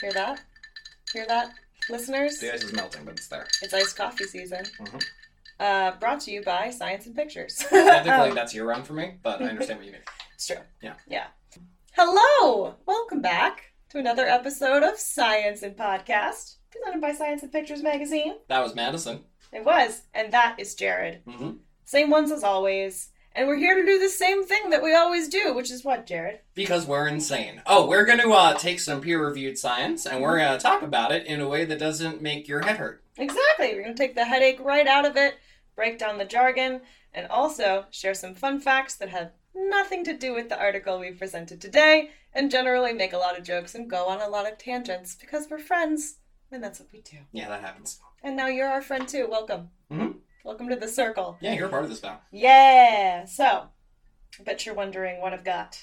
Hear that? Hear that, listeners? The ice is melting, but it's there. It's iced coffee season. Mhm. Uh, brought to you by Science and Pictures. Technically, Um, that's year round for me, but I understand what you mean. it's true. Yeah. Yeah. Hello! Welcome back to another episode of Science and Podcast, presented by Science and Pictures magazine. That was Madison. It was, and that is Jared. Mm-hmm. Same ones as always. And we're here to do the same thing that we always do, which is what, Jared? Because we're insane. Oh, we're going to uh, take some peer reviewed science and we're going to talk about it in a way that doesn't make your head hurt. Exactly. We're going to take the headache right out of it, break down the jargon, and also share some fun facts that have nothing to do with the article we presented today, and generally make a lot of jokes and go on a lot of tangents because we're friends, and that's what we do. Yeah, that happens. And now you're our friend too. Welcome. Mhm. Welcome to the circle. Yeah, you're a part of this now. Yeah. So, I bet you're wondering what I've got.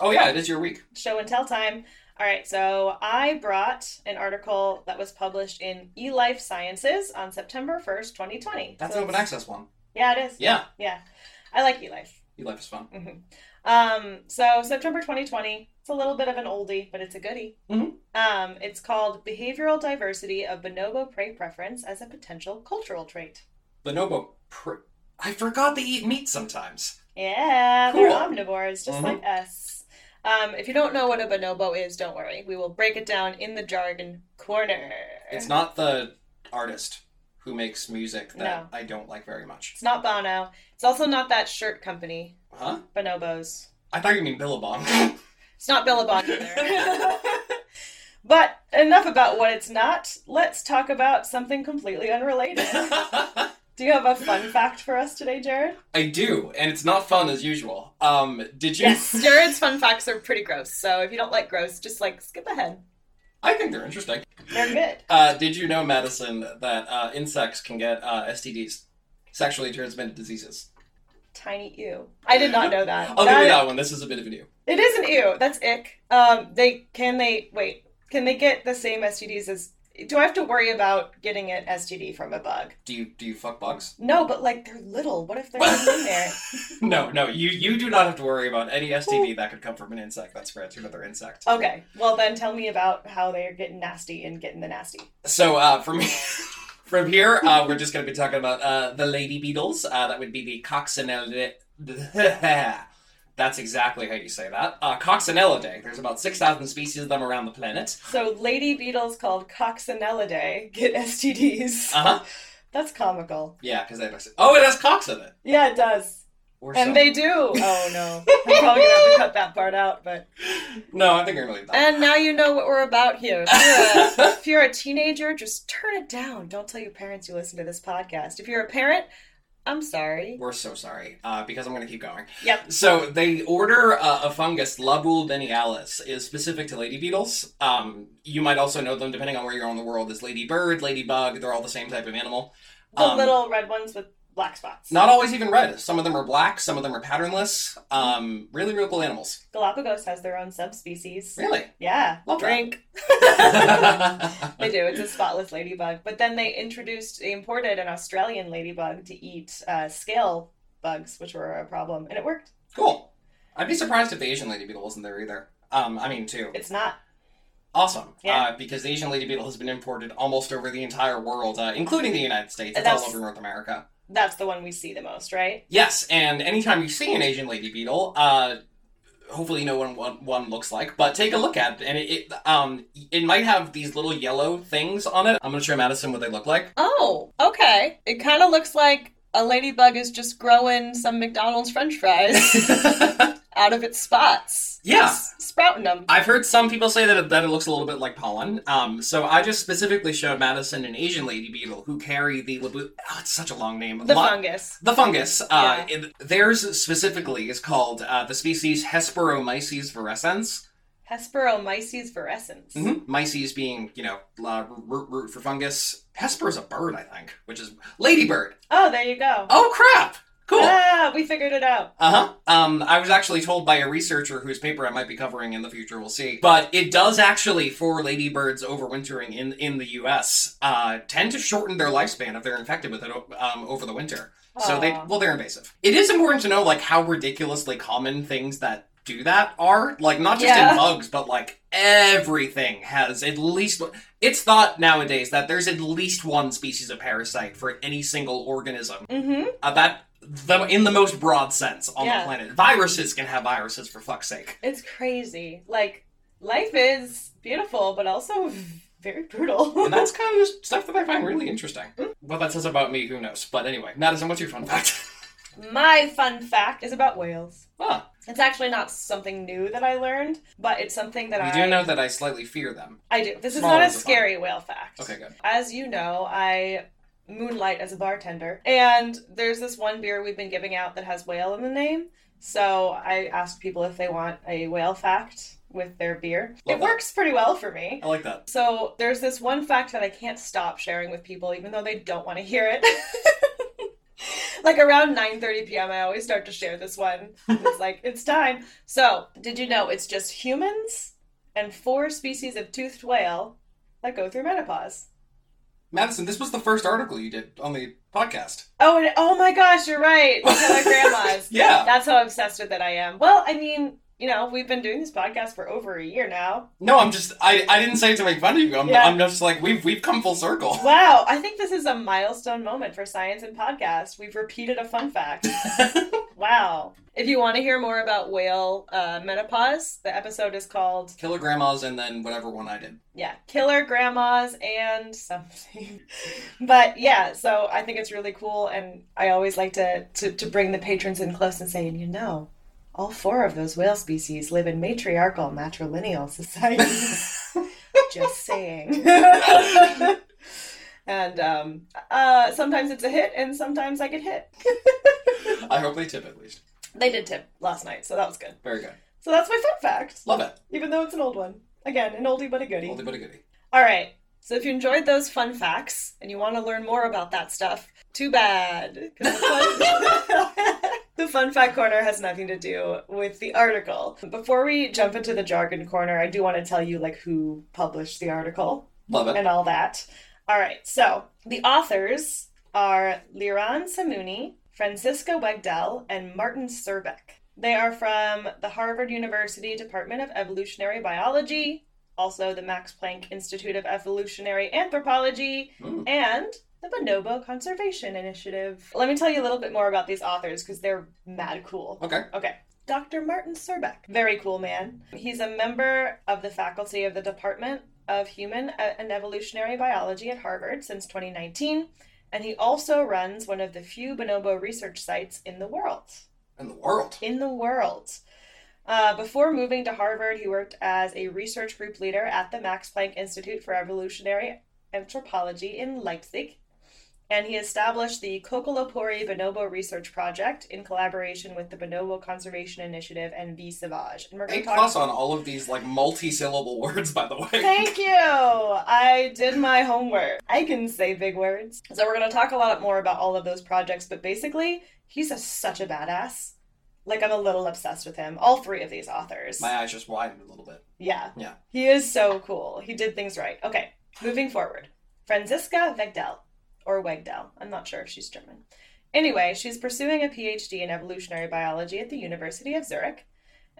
Oh, yeah, it is your week. show and tell time. All right, so I brought an article that was published in eLife Sciences on September 1st, 2020. That's So an open it's- access one. Yeah, it is. Yeah, Yeah. I like eLife. your life is fun. Um, so September 2020, it's a little bit of an oldie, but it's a goodie. Mhm. Um, it's called Behavioral Diversity of Bonobo Prey Preference as a Potential Cultural Trait. Bonobo. Pr- I forgot they eat meat sometimes. Yeah, they're Cool. omnivores, just Mhm. like us. Um, if you don't know what a bonobo is, don't worry. We will break it down in the jargon corner. It's not the artist who makes music that I don't like very much. It's not Bono. It's also not that shirt company, Huh? Bonobos. I thought you mean Billabong. It's not Billabong either. but enough about what it's not. Let's talk about something completely unrelated. Do you have a fun fact for us today, Jared? I do, and it's not fun as usual. Um, did you? Yes, Jared's fun facts are pretty gross. So if you don't like gross, just like skip ahead. I think they're interesting. They're good. Uh, did you know, Madison, that uh, insects can get uh, STDs, sexually transmitted diseases? Tiny ew. I did not know that. I'll give That- you that one. This is a bit of an ew. It is an ew. That's ick. Um, they can they wait? Can they get the same STDs as? Do I have to worry about getting an STD from a bug? Do you do you fuck bugs? No, but like they're little. What if they're not in there? No, no. You you do not have to worry about any STD that could come from an insect that spreads to another insect. Okay, well then tell me about how they are getting nasty and getting the nasty. So uh, from from here, uh, we're just going to be talking about uh, the lady beetles. Uh, that would be the coccinelle. That's exactly how you say that. Uh, coccinellidae. There's about six thousand species of them around the planet. So lady beetles called coccinellidae get STDs. Uh huh. That's comical. Yeah, because they. Oh, it has cocks in it. Yeah, it does, Or and so. they do. Oh no, I'm probably gonna have to cut that part out. But No, I think you're going to leave that. and now you know what we're about here. Yeah. if you're a teenager, just turn it down. Don't tell your parents you listen to this podcast. If you're a parent, I'm sorry. We're so sorry, uh, because I'm going to keep going. Yep. So the order uh, of fungus Labul denialis is specific to lady beetles. Um, you might also know them depending on where you are in the world as ladybird, ladybug. They're all the same type of animal. The Um, little red ones with black spots. Not always even red. Some of them are black. Some of them are patternless. Um, really, really cool animals. Galapagos has their own subspecies. Really. Yeah. Love that. Drink. oh, They do. It's a spotless ladybug. But then they introduced, they imported an Australian ladybug to eat uh, scale bugs, which were a problem, and it worked. cool. I'd be surprised if the Asian lady beetle wasn't there either. Um, I mean, too. It's not. Awesome. Yeah. Uh, because the Asian lady beetle has been imported almost over the entire world, uh, including the United States. It's all That's- over North America. That's the one we see the most, right? Yes, and anytime you see an Asian lady beetle, uh, hopefully you know what one, one looks like, but take a look at it. And it, it, um, it might have these little yellow things on it. I'm going to show Madison what they look like. Oh, okay. It kind of looks like a ladybug is just growing some McDonald's french fries. out of its spots. Yeah. It's sprouting them. I've heard some people say that it, that it looks a little bit like pollen. Um, so I just specifically showed Madison an Asian lady beetle who carry the labu- oh, it's such a long name. The Lo- fungus. The fungus. Uh, it- theirs specifically is called uh, the species Hesperomyces virescens. Mm-hmm. Hesperomyces virescens. Mm-hmm. Myces being, you know, uh, root, root for fungus. Hesper is a bird, I think, which is ladybird. Oh, there you go. Oh crap! Cool. Uh Ah, we figured it out. huh. Um, I was actually told by a researcher whose paper I might be covering in the future. We'll see. But it does actually, for ladybirds overwintering in in the U.S., uh, tend to shorten their lifespan if they're infected with it o- um, over the winter. So they Aw. well, they're invasive. It is important to know like how ridiculously common things that do that are. Like not just Yeah. in bugs, but like everything has at least it's thought nowadays that there's at least one species of parasite for any single organism. Mm-hmm. Uh, that the, in the most broad sense on Yeah. the planet. Viruses can have viruses for fuck's sake. It's crazy. Like life is beautiful, but also very brutal. And that's kind of stuff that I find really interesting. Hmm? What that says about me, who knows? But anyway, Madison, what's your fun fact? My fun fact is about whales. huh. It's actually not something new that I learned, but it's something that You I do know that I slightly fear them. I do. This is Small not a ones are fine. scary whale fact. Okay, good. As you know, I moonlight as a bartender, and there's this one beer we've been giving out that has whale in the name. So I asked people if they want a whale fact with their beer. Love it that. works pretty well for me. I like that. So there's this one fact that I can't stop sharing with people, even though they don't want to hear it. like around 9:30 p.m., I always start to share this one. It's like it's time. So did you know it's just humans and four species of toothed whale that go through menopause? Madison, this was the first article you did on the podcast. Oh, and oh my gosh, you're right. Look at our grandmas. Yeah. That's how obsessed with it I am. Well, I mean, you know, we've been doing this podcast for over a year now. No, I'm just I, I didn't say it to make fun of you. I'm, Yeah. I'm just like we've we've come full circle. Wow, I think this is a milestone moment for science and podcast. We've repeated a fun fact. Wow. If you want to hear more about whale uh, menopause, the episode is called, Killer grandmas and then whatever one I did. yeah, Killer Grandmas and something. but yeah, so I think it's really cool. And I always like to, to, to bring the patrons in close and say, and you know, all four of those whale species live in matriarchal, matrilineal societies. Just saying. and um, uh, sometimes it's a hit, and sometimes I get hit. I hope they tip at least. They did tip last night, so that was good. Very good. So that's my fun fact. Love it. even though it's an old one. Again, an oldie but a goodie. Oldie but a goodie. All right. So if you enjoyed those fun facts and you want to learn more about that stuff, too bad. 'Cause The fun, the fun fact corner has nothing to do with the article. Before we jump into the jargon corner, I do want to tell you like who published the article Love it. and all that. All right. So the authors are Liran Samuni, Francisco Wegdell, and Martin Serbeck. They are from the Harvard University Department of Evolutionary Biology, also the Max Planck Institute of Evolutionary Anthropology, Ooh. and the Bonobo Conservation Initiative. Let me tell you a little bit more about these authors because they're mad cool. Okay. Okay. Dr. Martin Serbeck. Very cool man. He's a member of the faculty of the Department of Human uh, and Evolutionary Biology at Harvard since 2019, and he also runs one of the few bonobo research sites in the world. In the world. In the world. Uh, before moving to Harvard, he worked as a research group leader at the Max Planck Institute for Evolutionary Anthropology in Leipzig, and he established the Kokolopori Bonobo Research Project in collaboration with the Bonobo Conservation Initiative and V Savage. And we're going A to talk. plus on all of these like multi-syllable words, by the way. Thank you. I did my homework. I can say big words. So we're going to talk a lot more about all of those projects, but basically, he's a, such a badass. Like I'm a little obsessed with him. All three of these authors. My eyes just widened a little bit. Yeah. Yeah. He is so cool. He did things right. Okay, moving forward. Franziska Wegdell, or Wegdell. I'm not sure if she's German. Anyway, she's pursuing a PhD in evolutionary biology at the University of Zurich.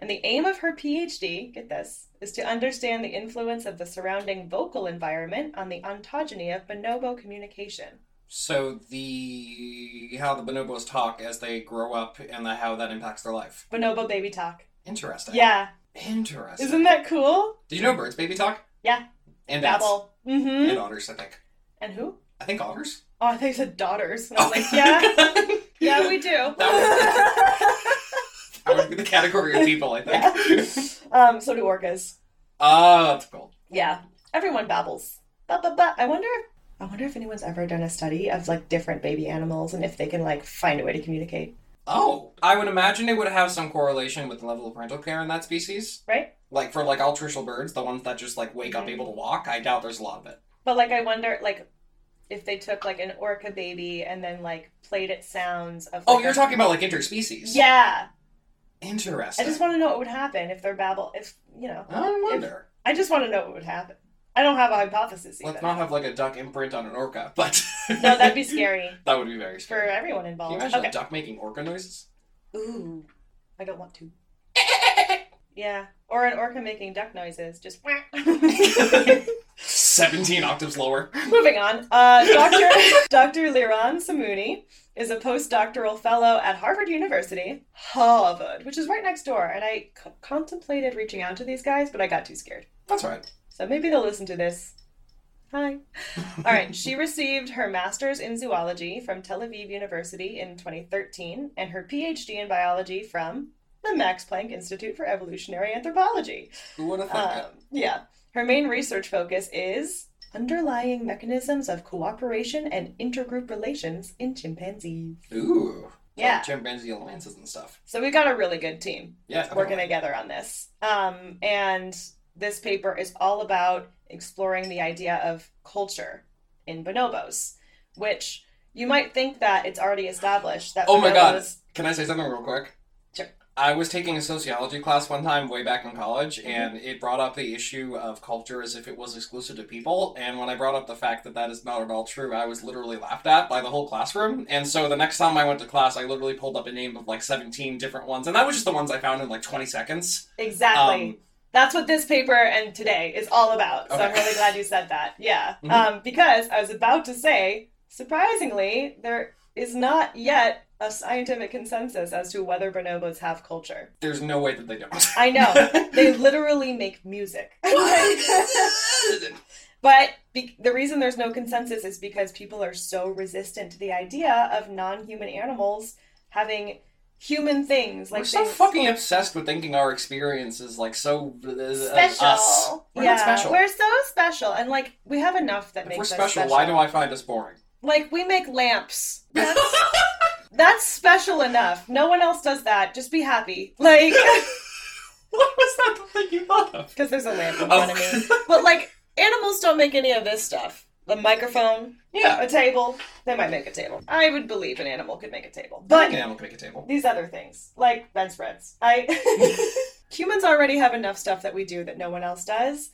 And the aim of her PhD, get this, is to understand the influence of the surrounding vocal environment on the ontogeny of bonobo communication. So the how the bonobos talk as they grow up and the, how that impacts their life. Bonobo baby talk. Interesting. Yeah. Interesting. Isn't that cool? Did you know birds baby talk? Yeah. And bats. Babble. Mm-hmm. And otters, I think. And who? I think otters. Oh, I thought you said daughters. And I was Oh. like, yeah, yeah, we do. That would be the category of people, I think. um, so do orcas. Ah, that's cool. Yeah, everyone babbles. But but but I wonder. I wonder if anyone's ever done a study of like different baby animals and if they can like find a way to communicate. Oh, I would imagine it would have some correlation with the level of parental care in that species. Right. Like for like altricial birds, the ones that just like wake up Mhm. able to walk, I doubt there's a lot of it. But like I wonder like if they took like an orca baby and then like played it sounds of. Oh, like, you're a- talking about like interspecies. Yeah, I Interesting. just want to know what would happen if they're babble. If you know, I wonder. I just want to know what would happen. I don't have a hypothesis even. Let's not have like a duck imprint on an orca, but No, that'd be scary that would be very for scary. everyone Can you involved. imagine Okay. a duck making orca noises? Ooh, I don't want to. Yeah. Or an orca making duck noises. Just. Seventeen octaves lower. Moving on. Uh, Dr. Dr. Liran Samuni is a postdoctoral fellow at Harvard University, Harvard, which is right next door. And I c- contemplated reaching out to these guys, but I got too scared. That's right. So maybe they'll listen to this. Hi. All right. She received her master's in zoology from Tel Aviv University in 2013 and her PhD in biology from the Max Planck Institute for Evolutionary Anthropology. Who would have thought? Um, yeah. Her main research focus is underlying mechanisms of cooperation and intergroup relations in chimpanzees. it? Ooh. Yeah. Like chimpanzee alliances and stuff. So we've got a really good team Yeah. working definitely. together on this. Um, and this paper is all about exploring the idea of culture in bonobos, which you might think that it's already established that Oh my God. bonobos- Can I say something real quick? Sure. I was taking a sociology class one time way back in college, Mm-hmm. and it brought up the issue of culture as if it was exclusive to people. And when I brought up the fact that that is not at all true, I was literally laughed at by the whole classroom. And so the next time I went to class, I literally pulled up a name of like 17 different ones, and that was just the ones I found in like 20 seconds. Exactly. Um, That's what this paper and today is all about. So I'm Okay. really glad you said that. Yeah. Mhm. Um, because I was about to say, surprisingly, there is not yet a scientific consensus as to whether bonobos have culture. There's no way that they don't. I know. they literally make music. but be- the reason there's no consensus is because people are so resistant to the idea of non human animals having human things. Like We're so things- fucking obsessed with thinking our experience is like so uh, uh, special. us. We're yeah, not special. we're so special, and like we have enough that if makes we're us special, why do I find us boring? Like we make lamps. That's, that's special enough. No one else does that. Just be happy, like What was that the thing you thought of? because there's a lamp in front of me. Oh. But like animals don't make any of this stuff. A microphone, yeah. a table. They might make a table. I would believe an animal could make a table, But but can make a table. these other things like bedspreads. I humans already have enough stuff that we do that no one else does.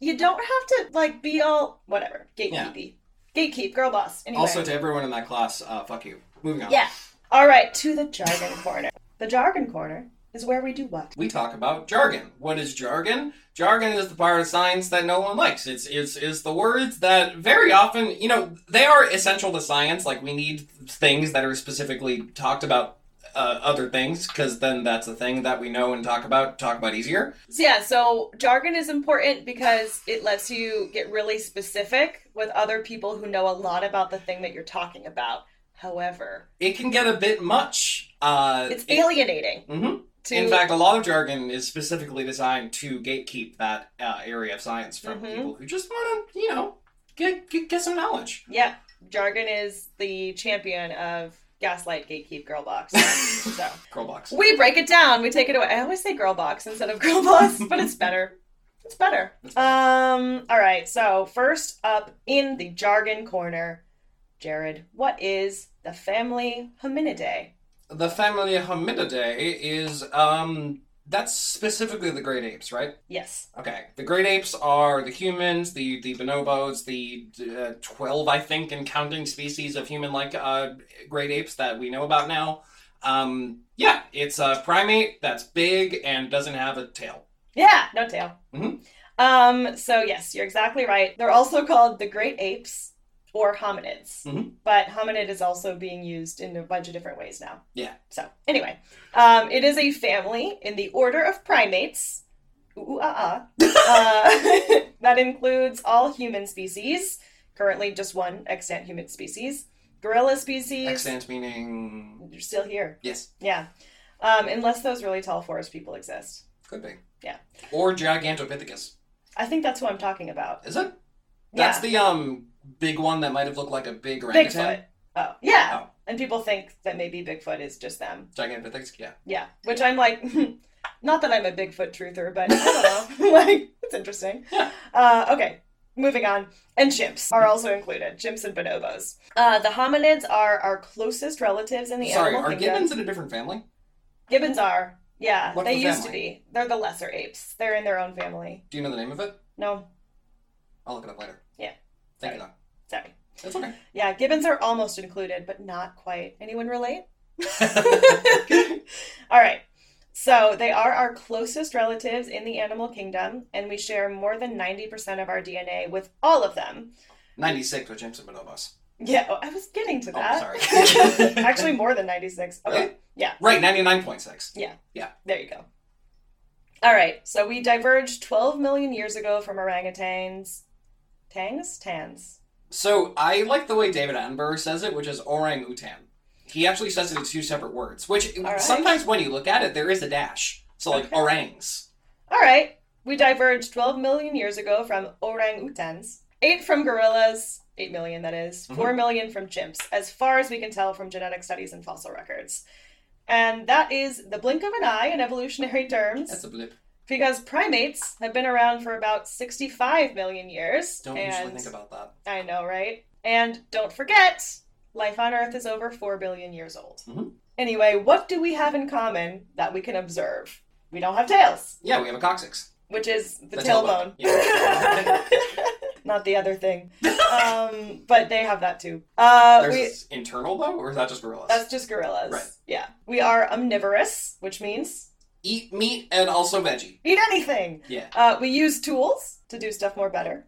You don't have to like be all whatever gatekeepy, gatekeep, girl boss. Anyway, Also, to everyone in that class, uh, fuck you. Moving on. yeah. All right, to the jargon corner. The jargon corner is where we do what? We talk about jargon. What is jargon? Jargon is the part of science that no one likes. It's is is the words that very often, you know, they are essential to science. Like we need things that are specifically talked about uh, other things because then that's a thing that we know and talk about talk about easier. So, yeah, so jargon is important because it lets you get really specific with other people who know a lot about the thing that you're talking about. However, It can get a bit much. Uh, it's it- alienating. Mhm. To, In fact, a lot of jargon is specifically designed to gatekeep that uh, area of science from Mhm. people who just want to, you know, get, get get some knowledge. yeah, jargon is the champion of gaslight, gatekeep, girl box. so. Girl box. We break it down. We take it away. I always say girl box instead of girl boss, but it's better. It's better. Um. All right. So first up in the jargon corner, Jared, what is the family hominidae? The family Hominidae is um that's specifically the great apes, right? Yes. Okay. The great apes are the humans, the the bonobos, the uh, 12 I think and counting species of human-like uh great apes that we know about now. Um yeah, it's a primate that's big and doesn't have a tail. Yeah. No tail. Mhm. Um. So yes, you're exactly right. They're also called the great apes or hominids, Mhm. but hominid is also being used in a bunch of different ways now. Yeah. So anyway, um, it is a family in the order of primates. Ooh, ooh, ah, ah. Uh, that includes all human species. Currently, just one extant human species. Gorilla species. Extant meaning You're still here. yes, Yeah. Um, unless those really tall forest people exist. could be. Yeah. Or Gigantopithecus. I think that's who I'm talking about. Is it? Yeah. That's the um big one that might have looked like a big Bigfoot. orangutan. Oh, yeah. Oh. And people think that maybe Bigfoot is just them. Gigantopithecus. Yeah. Yeah, which I'm like, not that I'm a Bigfoot truther, but I don't know. like, it's interesting. Yeah. Uh, okay, moving on. And chimps are also included chimps and bonobos. Uh, the hominids are our closest relatives in the Sorry, animal are kingdom. gibbons in a different family? Gibbons are. Yeah, What's they the used to family? be. They're the lesser apes. They're in their own family. Do you know the name of it? No, I'll look it up later. Yeah. Thank you. though. sorry. It's okay. Yeah, gibbons are almost included, but not quite. Anyone relate? All right. So they are our closest relatives in the animal kingdom, and we share more than 90% of our DNA with all of them. 96 with Jameson Bonobos. Yeah, oh, I was getting to Oh, that. sorry. Actually, more than 96. Okay. Really? Right, 99.6. There you go. All right, so we diverged 12 million years ago from orangutans. Tangs? Tans. So I like the way David Attenborough says it, which is orang utan. He actually says it in two separate words, which right. sometimes when you look at it, there is a dash. So, like, Okay. orangs. All right, we diverged 12 million years ago from orangutans, 8 from gorillas, 8 million that is, Mhm. 4 million from chimps, as far as we can tell from genetic studies and fossil records. And that is the blink of an eye in evolutionary terms, That's a blip. because primates have been around for about 65 million years. Don't and usually think about that. I know, right? And don't forget, life on Earth is over 4 billion years old. Mhm. Anyway, what do we have in common that we can observe? We don't have tails, Yeah, we have a coccyx. which is the, The tailbone. tailbone, yeah. Not the other thing. Um, but they have that too. Uh, There's we, internal, though, or is that just gorillas? that's just gorillas. Right. Yeah. We are omnivorous, which means Eat meat and also veggie. eat anything. Yeah. Uh, we use tools to do stuff more better.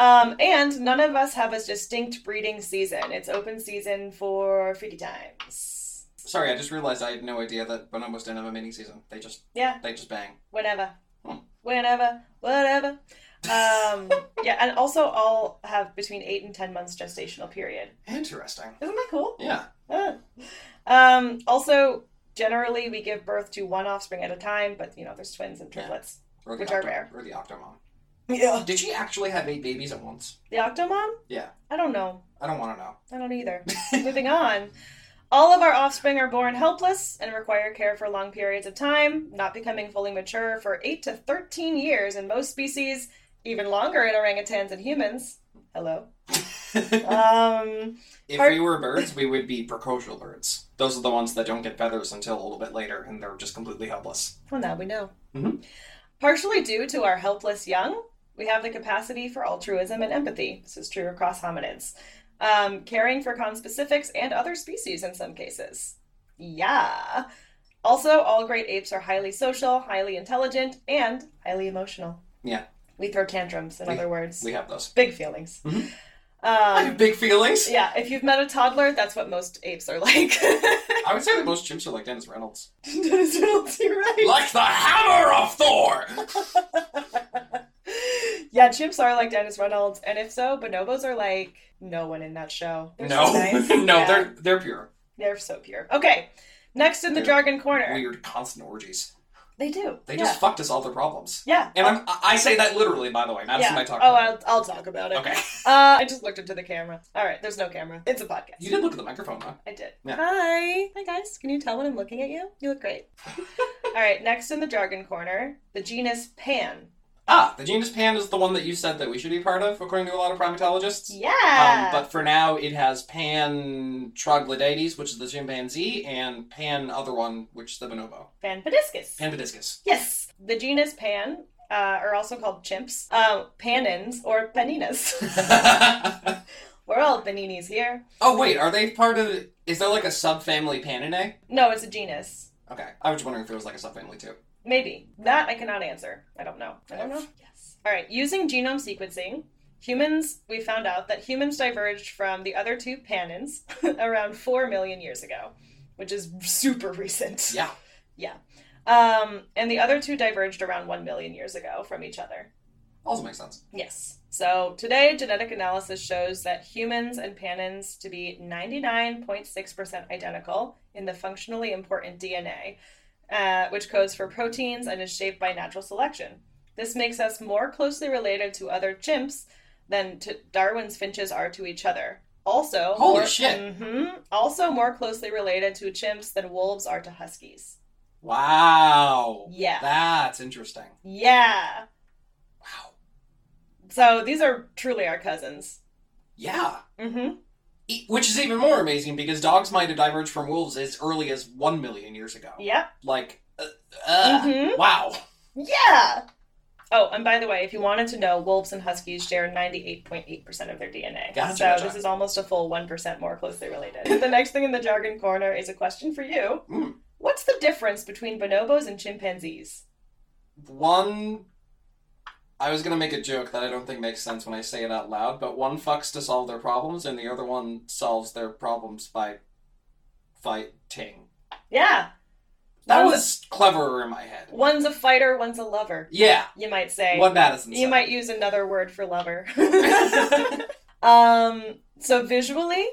um, and none of us have a distinct breeding season. It's open season for freaky times. Sorry, I just realized I had no idea that Bonobos didn't have a mating season. They just Yeah. they just bang. Whenever. Hmm. Whenever. Whatever. Um, yeah, and also all have between eight and ten months gestational period. Interesting. Isn't that cool? Yeah. Ah. Um, also, generally we give birth to one offspring at a time, but you know, there's twins and Yeah. triplets. Or the Which are octo- rare. Or the octomom. Yeah. Did she actually have eight babies at once? The octomom? Yeah. I don't know. I don't want to know. I don't either. Moving on. All of our offspring are born helpless and require care for long periods of time, not becoming fully mature for 8 to 13 years in most species, even longer in orangutans and humans. Hello. Um, if Part- we were birds, we would be precocial birds. Those are the ones that don't get feathers until a little bit later, and they're just completely helpless. well, now we know. Mhm. Partially due to our helpless young, we have the capacity for altruism and empathy. This is true across hominids, um, caring for conspecifics and other species in some cases. Yeah. Also, all great apes are highly social, highly intelligent, and highly emotional. Yeah. We throw tantrums, in We- other words. We have those. Big feelings. Mhm. I have Um, big feelings. yeah, if you've met a toddler, that's what most apes are like. I would say that most chimps are like Dennis Reynolds. Dennis Reynolds, you're right. like the hammer of Thor! yeah, chimps are like Dennis Reynolds, and if so, bonobos are like no one in that show. They're no. so nice. no, Yeah, they're they're pure. they're so pure. Okay, next in the They're jargon corner, Weird constant orgies. they do. They yeah. just fucked us all their problems. yeah. And I'm, I I say that literally, by the way, not as yeah. my talk. oh, about it. I'll, I'll talk about it. okay. Uh, I just looked into the camera. All right, there's no camera. It's a podcast. You did look at the microphone, though. I did. Yeah. Hi. Hi, guys. Can you tell when I'm looking at you? You look great. All right, next in the jargon corner, the genus Pan. Ah, the genus Pan is the one that you said that we should be part of, according to a lot of primatologists. Yeah. Um, but for now, it has Pan troglodytes, which is the chimpanzee, and Pan other one, which is the bonobo. Pan pediscus. Pan pediscus. Yes. The genus Pan uh, are also called chimps, uh, panins, or paninas. We're all paninis here. oh wait, are they part of? Is there like a subfamily Paninae? No, it's a genus. Okay, I was wondering if there was like a subfamily too. Maybe. That I cannot answer. I don't know. I don't know. Yes. All right. Using genome sequencing, humans, we found out that humans diverged from the other two panins around 4 million years ago, which is super recent. Yeah. Um, and the other two diverged around 1 million years ago from each other. Also makes sense. Yes. So today, genetic analysis shows that humans and panins to be 99.6% identical in the functionally important DNA, uh, which codes for proteins and is shaped by natural selection. This makes us more closely related to other chimps than to Darwin's finches are to each other. Also, Holy more, shit. Mhm. also more closely related to chimps than wolves are to huskies. Wow. Yeah. That's interesting. Yeah. Wow. So these are truly our cousins. Yeah. hmm E- Which is even more amazing because dogs might have diverged from wolves as early as one million years ago. Yep. Like, uh, uh, Mhm. wow. Yeah. Oh, and by the way, if you wanted to know, wolves and huskies share 98.8% of their DNA. Gotcha, so gotcha. this is almost a full 1% more closely related. the next thing in the jargon corner is a question for you. Mm. What's the difference between bonobos and chimpanzees? One. I was gonna make a joke that I don't think makes sense when I say it out loud, but one fucks to solve their problems, and the other one solves their problems by fighting. Yeah, That One's- was cleverer in my head. one's a fighter, one's a lover. Yeah, You might say. what Madison you said. might use another word for lover. um, so visually,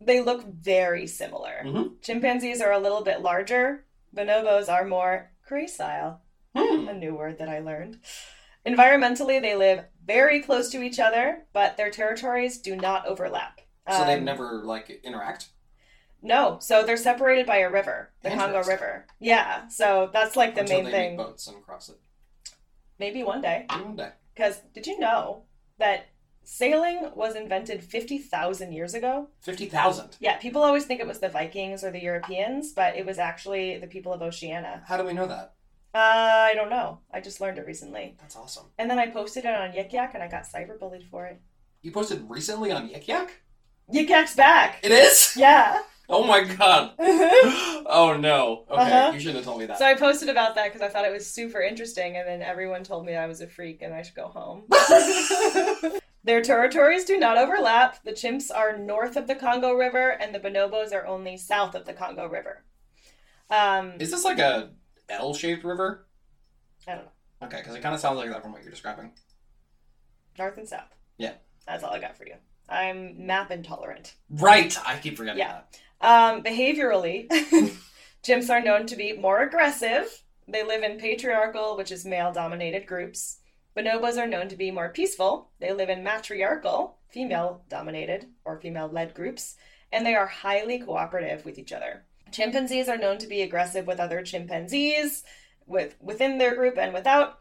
they look very similar. Mhm. Chimpanzees are a little bit larger. Bonobos are more gracile. Hmm. a new word that I learned. Environmentally, they live very close to each other, but their territories do not overlap. So they Um, never like interact. No, so they're separated by a river, the Congo Interesting. River. Yeah, so that's like the until main they thing. make boats and cross it. Maybe one day. Maybe One day. Because did you know that sailing was invented 50,000 years ago? Fifty thousand. Yeah, people always think it was the Vikings or the Europeans, but it was actually the people of Oceania. How do we know that? Uh, I don't know. I just learned it recently. That's awesome. And then I posted it on Yik Yak and I got cyberbullied for it. You posted recently on Yik Yak? Yik Yak's back! It is? Yeah. Oh my god. so Oh no. Okay, Uh-huh. you shouldn't have told me that. I posted about that because I thought it was super interesting, and then everyone told me I was a freak and I should go home. Their territories do not overlap. The chimps are north of the Congo River, and the bonobos are only south of the Congo River. Um, is this like a L shaped river? I don't know. Okay, because it kind of sounds like that from what you're describing. north and south. Yeah. That's all I got for you. I'm map intolerant. Right! I keep forgetting Yeah. Um, behaviorally, chimps are known to be more aggressive. They live in patriarchal, which is male dominated groups. Bonobos are known to be more peaceful. They live in matriarchal, female dominated or female led groups, and they are highly cooperative with each other. Chimpanzees are known to be aggressive with other chimpanzees, with within their group and without.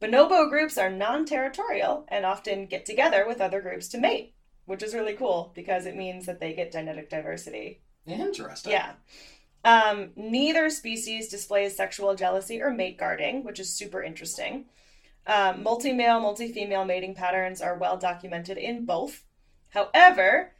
Bonobo groups are non-territorial and often get together with other groups to mate, which is really cool because it means that they get genetic diversity that. Interesting. yeah. Um, neither species displays sexual jealousy or mate guarding, which is super interesting. Um, multi male, multi female mating patterns are well documented in both. However,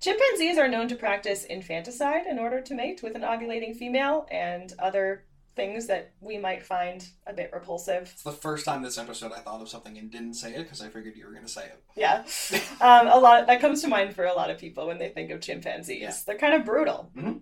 chimpanzees are known to practice infanticide in order to mate with an ovulating female and other things that we might find a bit repulsive. It's the first time this episode I thought of something and didn't say it because I figured you were going to say it. Yeah. Um, a lot that comes to mind for a lot of people when they think of chimpanzees. Yeah. They're kind of brutal. Mhm.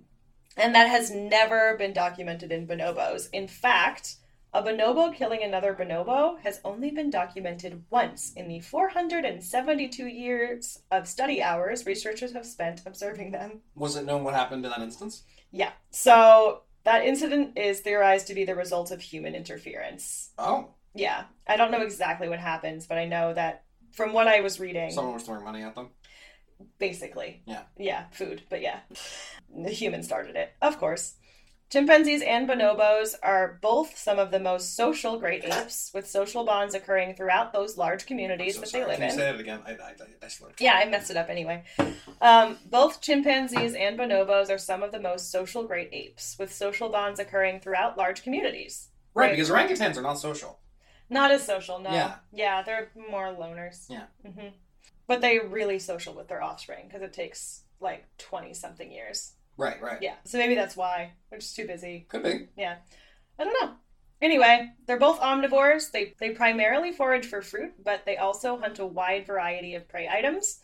And that has never been documented in bonobos. In fact, a bonobo killing another bonobo has only been documented once in the 472 years of study hours researchers have spent observing them. Was it known what happened in that instance? Yeah. So that incident is theorized to be the result of human interference. Oh, Yeah. I don't know exactly what happens, but I know that from what I was reading. someone was throwing money at them. basically. Yeah. Yeah, food, but yeah. The human started it, of course. Chimpanzees and bonobos are both some of the most social great apes, with social bonds occurring throughout those large communities I'm that so sorry. they live Can in. you say that again? I, I, I, I slurped. Yeah, I messed it up anyway. Um, both chimpanzees and bonobos are some of the most social great apes, with social bonds occurring throughout large communities. Right, because orangutans are not social. Not as social, no. Yeah. Yeah, they're more loners. Yeah. hmm But they're really social with their offspring because it takes like 20 something years. Right, right. Yeah. So maybe that's why. They're just too busy. Could be. I don't know. Anyway, they're both omnivores. They, they primarily forage for fruit, but they also hunt a wide variety of prey items.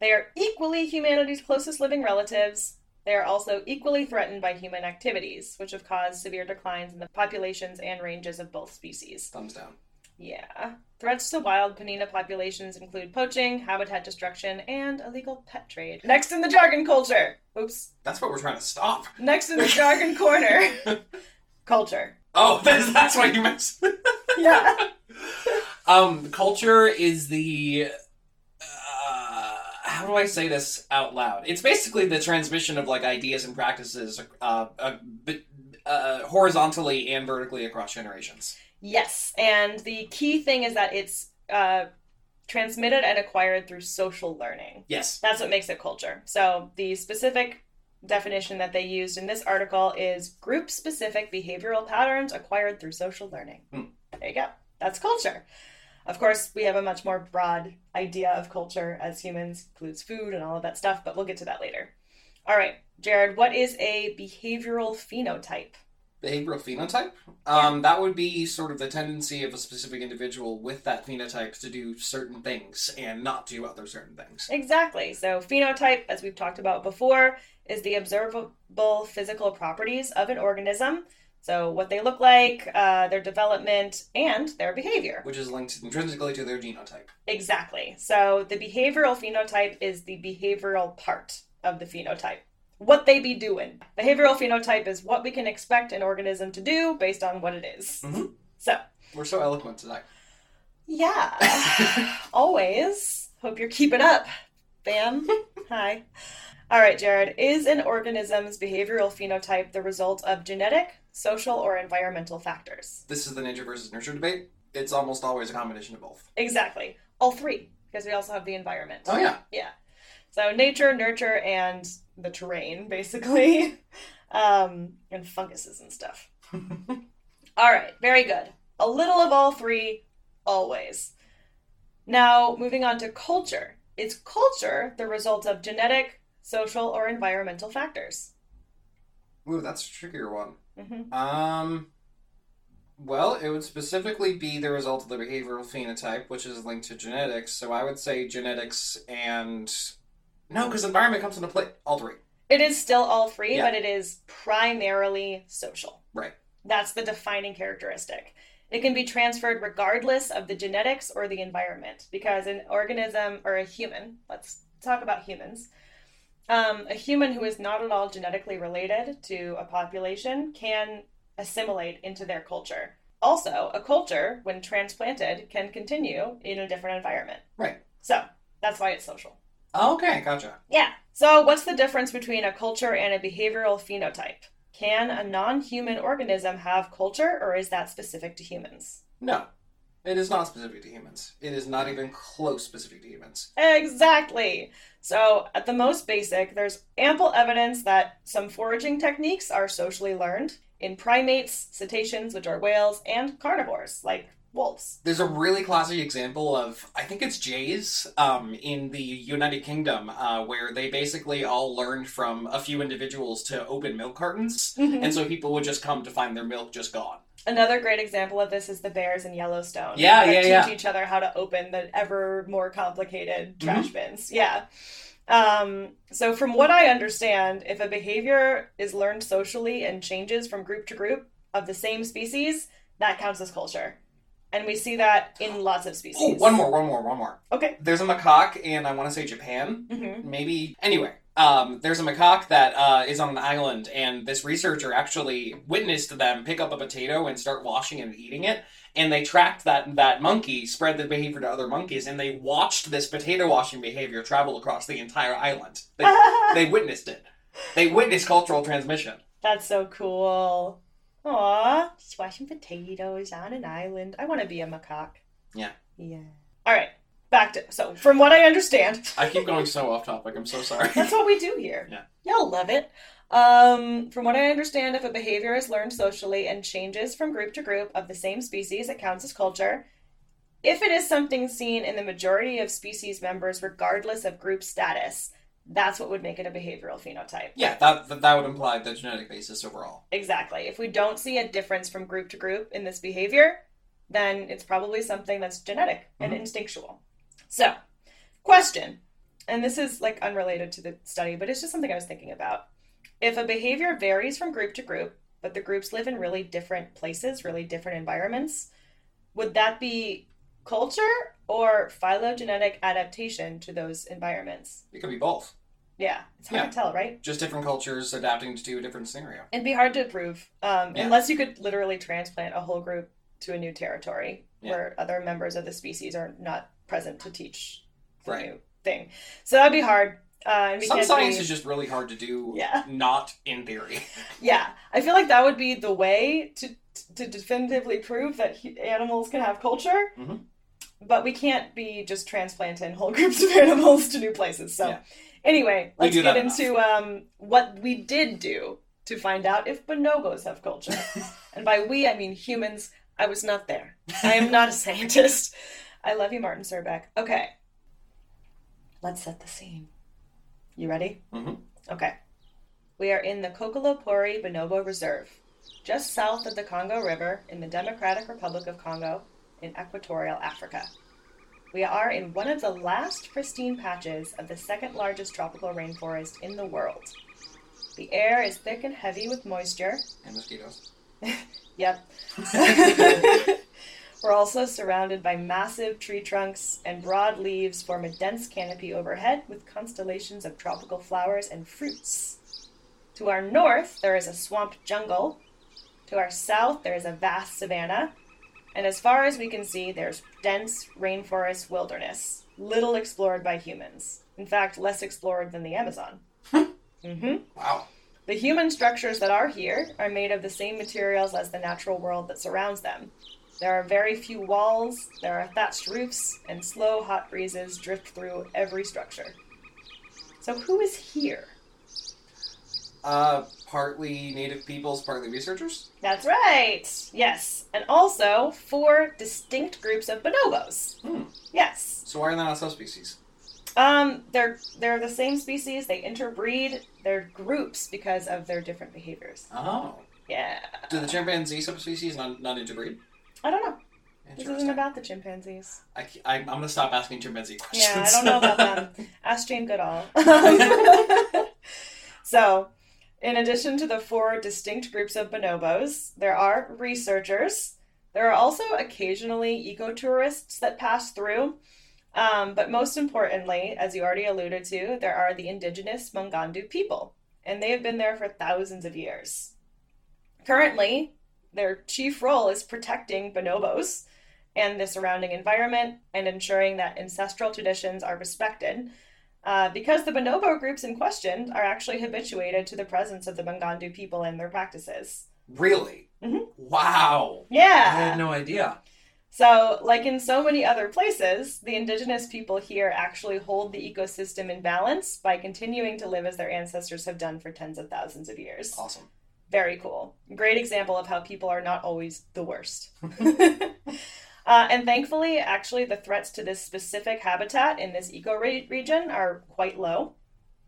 They are equally humanity's closest living relatives. They are also equally threatened by human activities, which have caused severe declines in the populations and ranges of both species. Thumbs down. Yeah. Threats to wild panina populations include poaching, habitat destruction, and illegal pet trade. Next in the jargon culture. Oops. That's what we're trying to stop. Next in the jargon corner. culture. Oh, that's, that's why you mentioned. Yeah. Um, culture is the. Uh, how do I say this out loud? It's basically the transmission of like ideas and practices uh, uh, b- uh, horizontally and vertically across generations. Yes. And the key thing is that it's uh, transmitted and acquired through social learning. Yes. That's what makes it culture. So the specific definition that they used in this article is group specific behavioral patterns acquired through social learning. Hmm. There you go. That's culture. Of course, we have a much more broad idea of culture as humans, includes food and all of that stuff, but we'll get to that later. All right, Jared, what is a behavioral phenotype? behavioral phenotype. Um, that would be sort of the tendency of a specific individual with that phenotype to do certain things and not do other certain things. Exactly. So, phenotype, as we've talked about before, is the observable physical properties of an organism. So, what they look like, uh, their development, and their behavior. Which is linked intrinsically to their genotype. Exactly. So, the behavioral phenotype is the behavioral part of the phenotype. What they be doing. Behavioral phenotype is what we can expect an organism to do based on what it is. Mhm. So, We're so eloquent today. yeah. Always. Hope you're keeping up. Bam. Hi. All right, Jared. Is an organism's behavioral phenotype the result of genetic, social, or environmental factors? This is the nature versus nurture debate. It's almost always a combination of both. Exactly. All three, because we also have the environment. Oh, yeah. So nature, nurture, and the terrain, basically, um, and funguses and stuff. all right, very good. A little of all three, always. Now, moving on to culture. Is culture the result of genetic, social, or environmental factors? Ooh, that's a trickier one. hmm Um, well, it would specifically be the result of the behavioral phenotype, which is linked to genetics. So I would say genetics and no, because environment comes into play. All three. It is still all three, Yeah. but it is primarily social. Right. That's the defining characteristic. It can be transferred regardless of the genetics or the environment because an organism or a human, let's talk about humans, um, a human who is not at all genetically related to a population can assimilate into their culture. Also, a culture, when transplanted, can continue in a different environment. Right. So that's why it's social. Oh, Okay, gotcha. Yeah. So, what's the difference between a culture and a behavioral phenotype? Can a non human organism have culture, or is that specific to humans? No, it is not specific to humans. It is not even close specific to humans. Exactly. So, at the most basic, there's ample evidence that some foraging techniques are socially learned in primates, cetaceans, which are whales, and carnivores, like wolves. There's a really classic example of I think it's Jays um, in the United Kingdom uh, where they basically all learned from a few individuals to open milk cartons, and so people would just come to find their milk just gone. Another great example of this is the bears in Yellowstone. Yeah, that yeah, teach yeah. Mm-hmm. each other how to open the ever more complicated trash bins. Yeah. Um, so, from what I understand, if a behavior is learned socially and changes from group to group of the same species, that counts as culture. And we see that in lots of species. Oh, one more, one more, one more. Okay. There's a macaque in I want to say Japan hmm maybe anyway um, there's a macaque that uh, is on an island and this researcher actually witnessed them pick up a potato and start washing and eating it and they tracked that that monkey spread the behavior to other monkeys and they watched this potato washing behavior travel across the entire island they, they witnessed it they witnessed cultural transmission That's so cool. Aw, just washing potatoes on an island. I want to be a macaque. Yeah. Yeah. All right, back to so. From what I understand, i keep going so off topic i'm so sorry that's what we do here. Yeah. Y'all love it. Um, from what I understand, if a behavior is learned socially and changes from group to group of the same species, it counts as culture. If it is something seen in the majority of species members, regardless of group status, that's what would make it a behavioral phenotype. yeah that, that that would imply the genetic basis overall Exactly. If we don't see a difference from group to group in this behavior, then it's probably something that's genetic and Mhm. instinctual. So, question, and this is like unrelated to the study, but it's just something I was thinking about. If a behavior varies from group to group, but the groups live in really different places, really different environments, would that be culture or phylogenetic adaptation to those environments? it could be both Yeah, it's hard Yeah. to tell, right? just different cultures adapting to a different scenario It'd be hard to prove, um, Yeah. unless you could literally transplant a whole group to a new territory Yeah. where other members of the species are not present to teach the Right. new thing. So that'd be hard. Uh, and we Some can't science be- is just really hard to do, Yeah. not in theory. yeah, I feel like that would be the way to to definitively prove that hu- animals can have culture, Mhm. but we can't be just transplanting whole groups of animals to new places. So Yeah. anyway, We let's do get that enough. into um, what we did do to find out if bonobos have culture. and by we, I mean humans. I was not there. I am not a scientist. I love you, Martin Serbeck. Okay. Let's set the scene. You ready? Mhm. Okay. We are in the Kokolopori Bonobo Reserve, just south of the Congo River in the Democratic Republic of Congo in equatorial Africa. We are in one of the last pristine patches of the second largest tropical rainforest in the world. The air is thick and heavy with moisture. And mosquitoes. Yep. We're also surrounded by massive tree trunks, and broad leaves form a dense canopy overhead with constellations of tropical flowers and fruits. To our north, there is a swamp jungle. To our south, there is a vast savanna. And as far as we can see, there's dense rainforest wilderness, little explored by humans. In fact, less explored than the Amazon. hmm wow. the human structures that are here are made of the same materials as the natural world that surrounds them. There are very few walls, there are thatched roofs, and slow, hot breezes drift through every structure. So, who is here? Uh, partly native peoples, partly researchers. That's right! Yes, and also four distinct groups of bonobos. Hmm. Yes. So why are they not subspecies? Um, they're they're the same species. They interbreed. They're groups because of their different behaviors. Oh. Yeah, Do the chimpanzee subspecies not, not interbreed? I don't know. This isn't Interesting. about the chimpanzees. I, am going to stop asking chimpanzee questions. Yeah, I don't know about them. Ask Jane Goodall. so, in addition to the four distinct groups of bonobos, there are researchers. There are also occasionally ecotourists that pass through. Um, but most importantly, as you already alluded to, there are the indigenous Mungandu people, and they have been there for thousands of years. Currently, their chief role is protecting bonobos and the surrounding environment and ensuring that ancestral traditions are respected. Uh, because the bonobo groups in question are actually habituated to the presence of the Mungandu people and their practices. Really? Mhm. Wow. I had Yeah! no idea. So, like in so many other places, the indigenous people here actually hold the ecosystem in balance by continuing to live as their ancestors have done for tens of thousands of years. Awesome. Very cool. Great example of how people are not always the worst. uh, and thankfully, actually, the threats to this specific habitat in this eco re- region are quite low,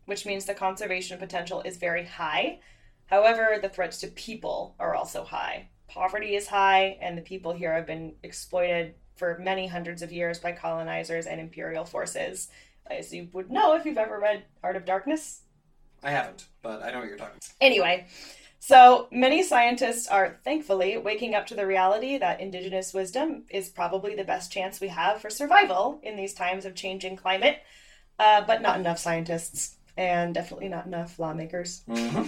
which means the conservation potential is very high. However, the threats to people are also high. Poverty is high, and the people here have been exploited for many hundreds of years by colonizers and imperial forces, as you would know if you've ever read Art of Darkness. I haven't, but I know what you're talking about. Anyway, so many scientists are thankfully waking up to the reality that indigenous wisdom is probably the best chance we have for survival in these times of changing climate, uh, but not enough scientists and definitely not enough lawmakers. Mm-hmm.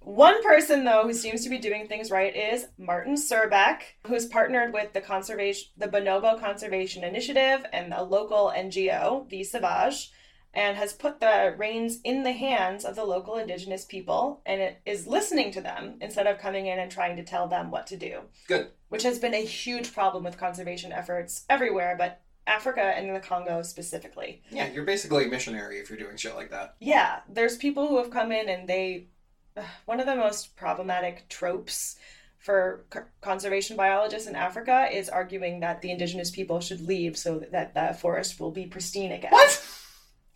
One person though who seems to be doing things right is Martin Surbeck, who's partnered with the conservation the Bonobo Conservation Initiative and a local NGO, V Savage, and has put the reins in the hands of the local indigenous people and it is listening to them instead of coming in and trying to tell them what to do. Good. Which has been a huge problem with conservation efforts everywhere, but Africa and the Congo specifically. Yeah, you're basically a missionary if you're doing shit like that. Yeah, there's people who have come in and they. ugh, One of the most problematic tropes for c- conservation biologists in Africa is arguing that the indigenous people should leave so that the forest will be pristine again. What?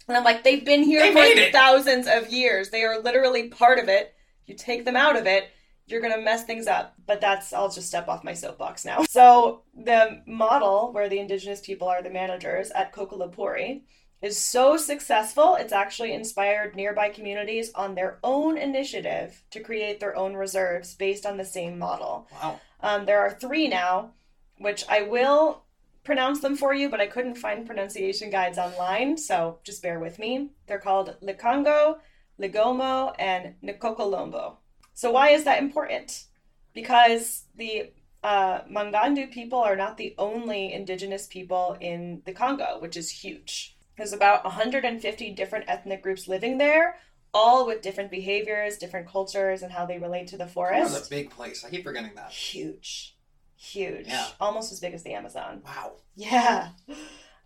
And I'm like, they've been here They for made it. thousands of years. They are literally part of it. You take them out of it, you're going to mess things up. But that's, I'll just step off my soapbox now. So, the model where the indigenous people are the managers at Kokolapuri is so successful, it's actually inspired nearby communities on their own initiative to create their own reserves based on the same model. Wow. Um, there are three now, which I will pronounce them for you, but I couldn't find pronunciation guides online, so just bear with me. They're called Likongo, Ligomo, and Nkokolombo. So why is that important? Because the uh, Mangandu people are not the only indigenous people in the Congo, which is huge. There's about 150 different ethnic groups living there, all with different behaviors, different cultures, and how they relate to the That forest was a big place. I keep forgetting that. huge huge Yeah. almost as big as the amazon Wow. yeah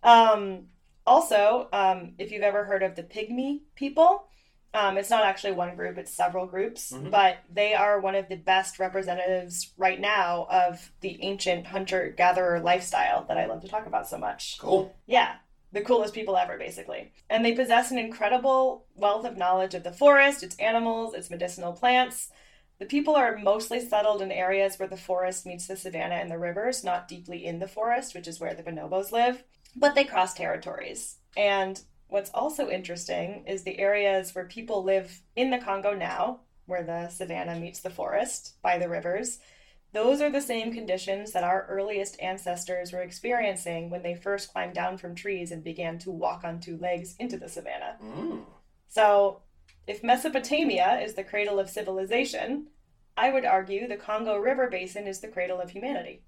um also um if you've ever heard of the pygmy people um it's not actually one group it's several groups Mhm. but they are one of the best representatives right now of the ancient hunter gatherer lifestyle that i love to talk about so much Cool. yeah, the coolest people ever, basically. And they possess an incredible wealth of knowledge of the forest, its animals, its medicinal plants. The people are mostly settled in areas where the forest meets the savanna and the rivers, not deeply in the forest, which is where the bonobos live, but they cross territories. And what's also interesting is the areas where people live in the Congo now, where the savanna meets the forest by the rivers. Those are the same conditions that our earliest ancestors were experiencing when they first climbed down from trees and began to walk on two legs into the savanna. Mm. So, if Mesopotamia is the cradle of civilization, I would argue the Congo River Basin is the cradle of humanity,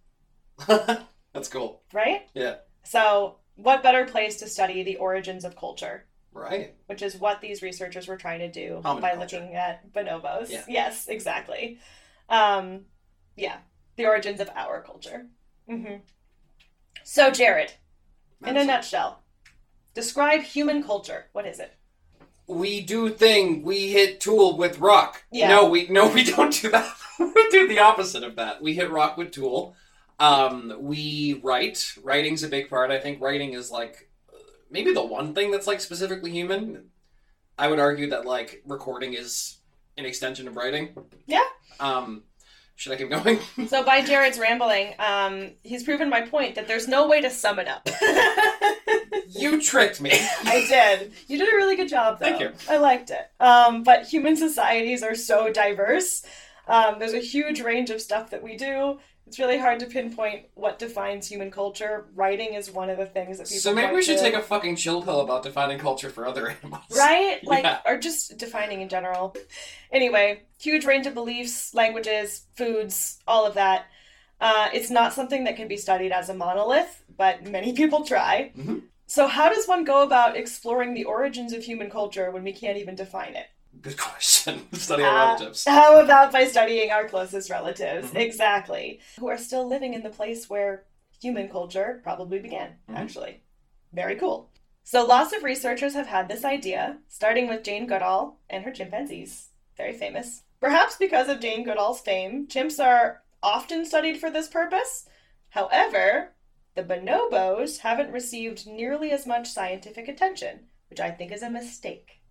That's cool. right? Yeah. So, what better place to study the origins of culture, Right. which is what these researchers were trying to do Hominiculture. by looking at bonobos? Yeah. Yes, exactly. Um, yeah, the origins of our culture. hmm So, Jared, in a That's- nutshell, describe human culture. What is it? we do thing. We hit tool with rock. Yeah. No, we no, we don't do that. we do the opposite of that. We hit rock with tool. Um, we write. Writing's a big part. I think writing is like uh, maybe the one thing that's like specifically human. I would argue that like recording is an extension of writing. Yeah. Um, should I keep going? So by Jared's rambling, um, he's proven my point that there's no way to sum it up. you tricked me. I did. You did a really good job, though. Thank you. I liked it. Um, but human societies are so diverse. Um, there's a huge range of stuff that we do. It's really hard to pinpoint what defines human culture. Writing is one of the things that people. so maybe we point should to. take a fucking chill pill about defining culture for other animals. right? Like, Yeah. or just defining in general. Anyway, huge range of beliefs, languages, foods, all of that. Uh, it's not something that can be studied as a monolith, but many people try. Mhm. So, how does one go about exploring the origins of human culture when we can't even define it? Good question. Study our Uh, relatives. How about by studying our closest relatives? Mhm. Exactly. Who are still living in the place where human culture probably began, Mhm. actually. Very cool. So, lots of researchers have had this idea, starting with Jane Goodall and her chimpanzees. Very famous. Perhaps because of Jane Goodall's fame, chimps are often studied for this purpose. However, the bonobos haven't received nearly as much scientific attention, which I think is a mistake.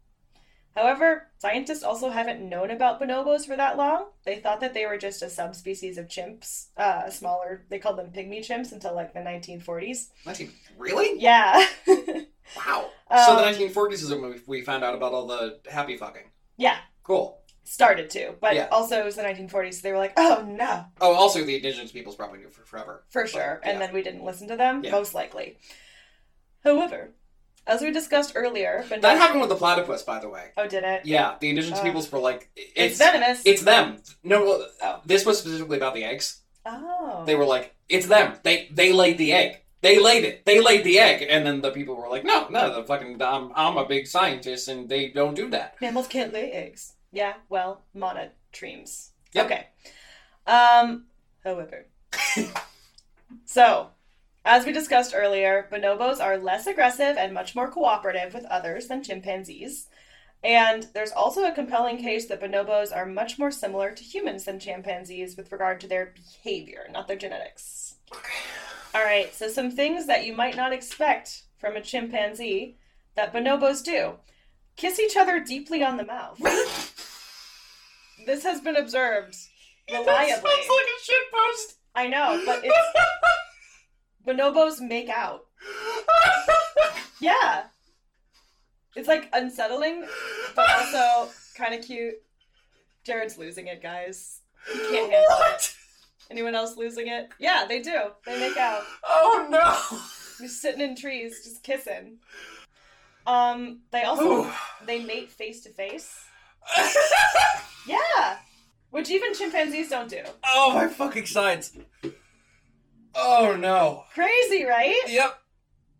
However, scientists also haven't known about bonobos for that long. They thought that they were just a subspecies of chimps, uh, smaller. They called them pygmy chimps until like the 1940s. Nineteen really? Yeah, Wow. Um, so the 1940s is when we- we found out about all the happy fucking. yeah, Cool. started to, but Yeah. also it was the 1940s. So they were like, oh no, Oh, also the indigenous peoples probably knew for forever. for sure. And yeah. then we didn't listen to them, Yeah. most likely. However, as we discussed earlier, but That happened with the platypus, by the way. oh, did it? Yeah, the indigenous Uh, peoples were like, It's, it's venomous. it's them. No, well, uh, Oh. this was specifically about the eggs. oh, They were like, it's them. They they laid the egg. They laid it. They laid the egg. And then the people were like, no, no, the fucking I'm, I'm a big scientist, and they don't do that. Mammals can't lay eggs. Yeah, well, monotremes. Yep. Okay. Um, however. so, as we discussed earlier, bonobos are less aggressive and much more cooperative with others than chimpanzees. And there's also a compelling case that bonobos are much more similar to humans than chimpanzees with regard to their behavior, not their genetics. All right, so some things that you might not expect from a chimpanzee that bonobos do kiss each other deeply on the mouth. This has been observed That reliably. sounds like a shit post. I know, but it's bonobos make out. Yeah. It's like unsettling, but also kind of cute. Jared's losing it, guys. can't handle what? Anyone else losing it? Yeah, they do. They make out. Oh no! You're sitting in trees, just kissing. Um, they also they mate face to face. Yeah, which even chimpanzees don't do. oh my fucking sides! Oh no! Crazy, right? Yep.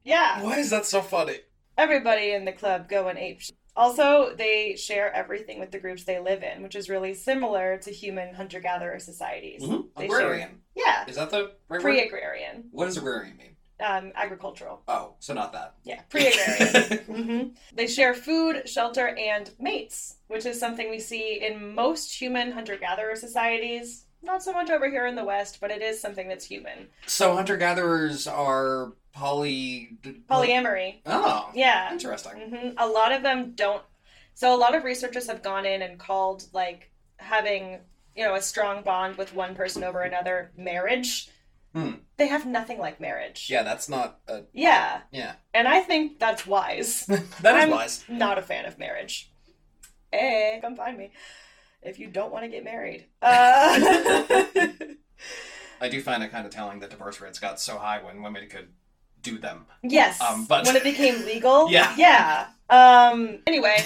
Yeah. Why is that so funny? everybody in the club go and ape. sh- Also, they share everything with the groups they live in, which is really similar to human hunter-gatherer societies. Mm-hmm. They Agrarian. Yeah, Is that the right word? pre-agrarian, What does agrarian mean? um, agricultural. Oh, so not that. Yeah, pre-agrarian. hmm They share food, shelter, and mates, which is something we see in most human hunter-gatherer societies. Not so much over here in the West, but it is something that's human. so hunter gatherers are poly. Polyamory. Oh, Yeah. interesting. hmm A lot of them don't. So a lot of researchers have gone in and called like having you know, a strong bond with one person over another, marriage. Hmm. They have nothing like marriage. Yeah, that's not. Uh, Yeah. yeah, And I think that's wise. that is I'm wise. Not a fan of marriage. Hey, come find me if you don't want to get married. Uh, I do find it kind of telling that divorce rates got so high when women could do them. yes. Um, but- When it became legal. Yeah. Yeah. Um, anyway.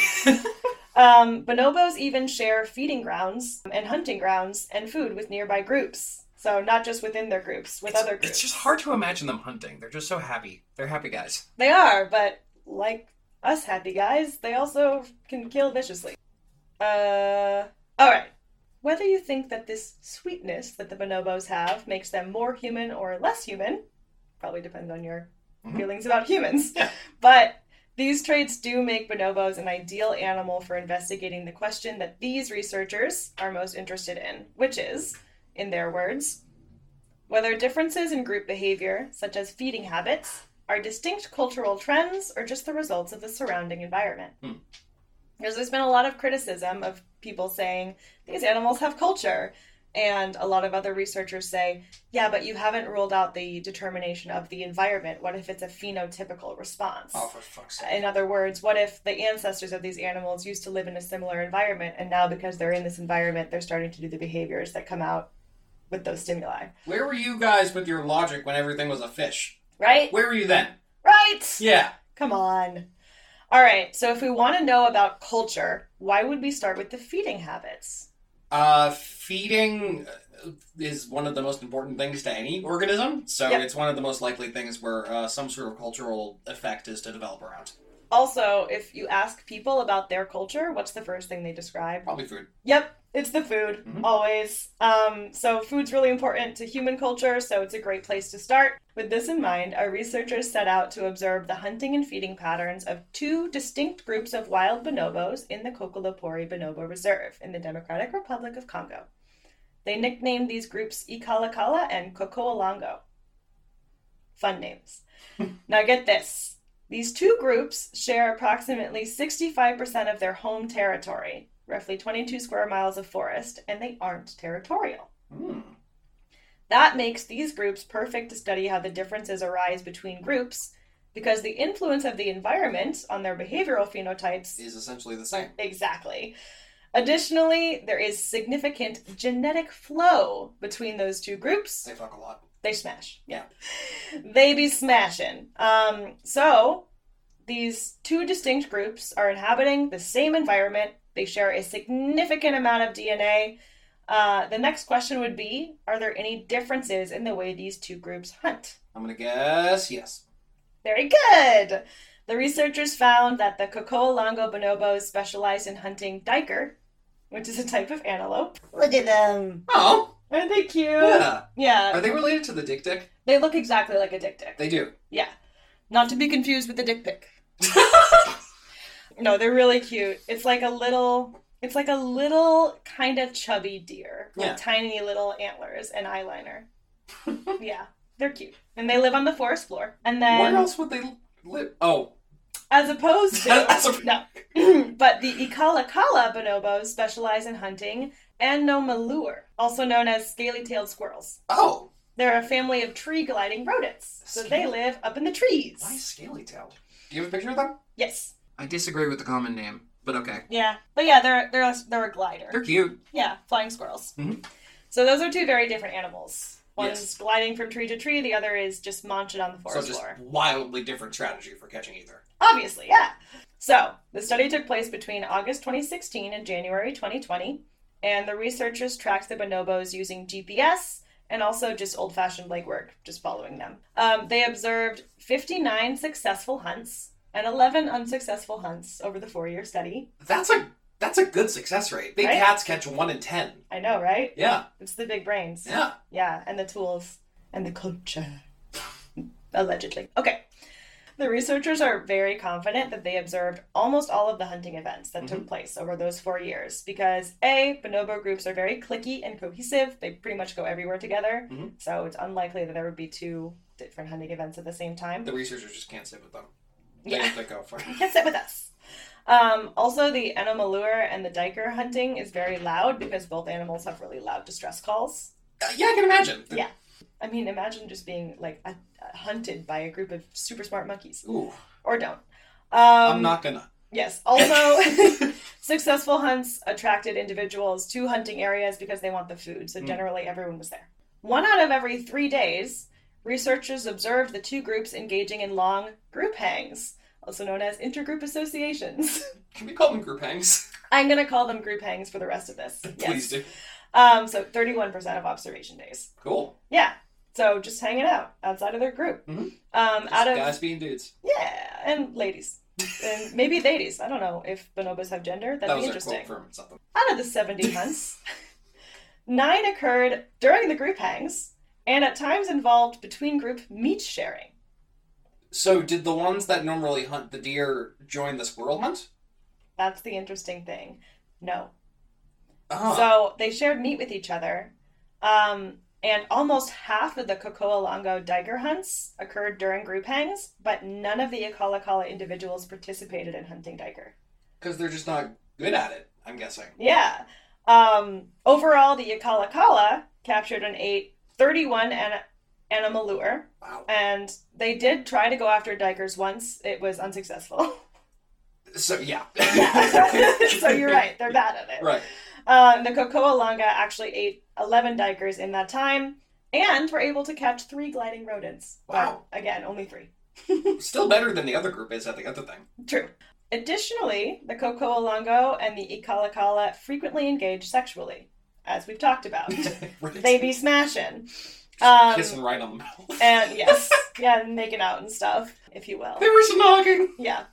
um, bonobos even share feeding grounds and hunting grounds and food with nearby groups. So not just within their groups, with It's- other it's groups. just hard to imagine them hunting. They're just so happy. They're happy guys. They are, but like us happy guys, they also can kill viciously. Uh, all right. Whether you think that this sweetness that the bonobos have makes them more human or less human, probably depends on your Mhm. feelings about humans. Yeah. But these traits do make bonobos an ideal animal for investigating the question that these researchers are most interested in, which is, in their words, whether differences in group behavior, such as feeding habits, are distinct cultural trends or just the results of the surrounding environment. Hmm. Because there's been a lot of criticism of people saying these animals have culture. And a lot of other researchers say, yeah, but you haven't ruled out the determination of the environment. What if it's a phenotypical response? Oh, for fuck's sake. In other words, what if the ancestors of these animals used to live in a similar environment, and now because they're in this environment, they're starting to do the behaviors that come out with those stimuli? Where were you guys with your logic when everything was a fish? Right? Where were you then? Right! Yeah. Come on. All right, so if we want to know about culture, why would we start with the feeding habits? Uh, feeding uh, is one of the most important things to any organism, so Yep. it's one of the most likely things where uh, some sort of cultural effect is to develop around. Also, if you ask people about their culture, what's the first thing they describe? Probably food. Yep, it's the food, Mhm. always. Um, so, food's really important to human culture, so it's a great place to start. With this in mind, our researchers set out to observe the hunting and feeding patterns of two distinct groups of wild bonobos in the Kokolopori Bonobo Reserve in the Democratic Republic of Congo. They nicknamed these groups Ikalakala and Kokoalango. Fun names. now, get this. These two groups share approximately 65% of their home territory, roughly 22 square miles of forest, and they aren't territorial. Hmm. That makes these groups perfect to study how the differences arise between groups because the influence of the environment on their behavioral phenotypes Is essentially the same. Exactly. Additionally, there is significant genetic flow between those two groups They fuck a lot. they smash. Yeah. they be smashing. Um, so these two distinct groups are inhabiting the same environment. They share a significant amount of DNA. Uh, the next question would be Are there any differences in the way these two groups hunt? I'm gonna guess yes. Very good. The researchers found that the Lango bonobos specialize in hunting diker, which is a type of antelope. Look at them. Oh, Aren't they cute? yeah. Are Yeah. they related to the dick dick? They look exactly like a dick dick. They do. Yeah. Not to be confused with a dick pic. no, they're really cute. It's like a little it's like a little kind of chubby deer with Yeah. tiny little antlers and eyeliner. yeah. They're cute. And they live on the forest floor. And Where then else would they live? Oh, as opposed to That's a- No. but the Ikalakala bonobos specialize in hunting anomalure, also known as scaly-tailed squirrels. oh. They're a family of tree gliding rodents. So they Scaly- live up in the trees. Why is scaly tailed? Do you have a picture of them? Yes. I disagree with the common name, but okay. Yeah, but yeah, they're they're a, they're a glider. They're cute. yeah, flying squirrels. Mhm. So those are two very different animals. One's Yes. gliding from tree to tree. The other is just munching on the so forest just floor. wildly different strategy for catching either. Obviously, yeah. So the study took place between August 2016 and January 2020, and the researchers tracked the bonobos using GPS and also just old-fashioned legwork, just following them. Um, they observed 59 successful hunts and 11 unsuccessful hunts over the four-year study. That's a that's a good success rate. Big Right? cats catch one in ten. I know, right? Yeah, It's the big brains. yeah. Yeah, and the tools and the culture. Allegedly. Okay. The researchers are very confident that they observed almost all of the hunting events that took place over those four years because A, bonobo groups are very clicky and cohesive. They pretty much go everywhere together. Mhm. So it's unlikely that there would be two different hunting events at the same time. The researchers just can't sit with them. They, Yeah. they go for it. Can't sit with us. Um, also, the animalure and the diker hunting is very loud because both animals have really loud distress calls. Uh, yeah, I can imagine. Yeah. I mean, imagine just being like a, a hunted by a group of super smart monkeys, Ooh, or don't. Um, I'm not gonna. Yes. Also, successful hunts attracted individuals to hunting areas because they want the food. So Mm. generally, everyone was there. One out of every three days, researchers observed the two groups engaging in long group hangs, also known as intergroup associations. Can we call them group hangs? I'm going to call them group hangs for the rest of this. Please Yes. do. Um, so 31% of observation days. Cool. Yeah. So just hanging out outside of their group. Mhm. Um, Just out of guys being dudes. yeah, and ladies, and maybe ladies. I don't know if bonobos have gender. That'd that be was a interesting quote from something. out of the 70 hunts, nine occurred during the group hangs and at times involved between group meat sharing. So, did the ones that normally hunt the deer join the squirrel hunt? That's the interesting thing. No. Ah, So they shared meat with each other. Um, and almost half of the Kokoalango diker hunts occurred during group hangs, but none of the Akalakala individuals participated in hunting diker. because they're just not good at it. I'm guessing. Yeah. Um, overall, the Akalakala captured and ate 31 an- animalure, Wow. and they did try to go after Dikers once. It was unsuccessful. So yeah. so you're right; they're bad at it. Right. Um, the Kokoalanga actually ate 11 Dikers in that time, and were able to catch three gliding rodents. But Wow. again, only three. Still better than the other group is at the other thing. True. Additionally, the Kokoalongo and the Ikalakala frequently engage sexually, as we've talked about. right. they be smashing. Um, Kissing right on the mouth. and yes, yeah, and making out and stuff, if you will. There was knocking. Yeah.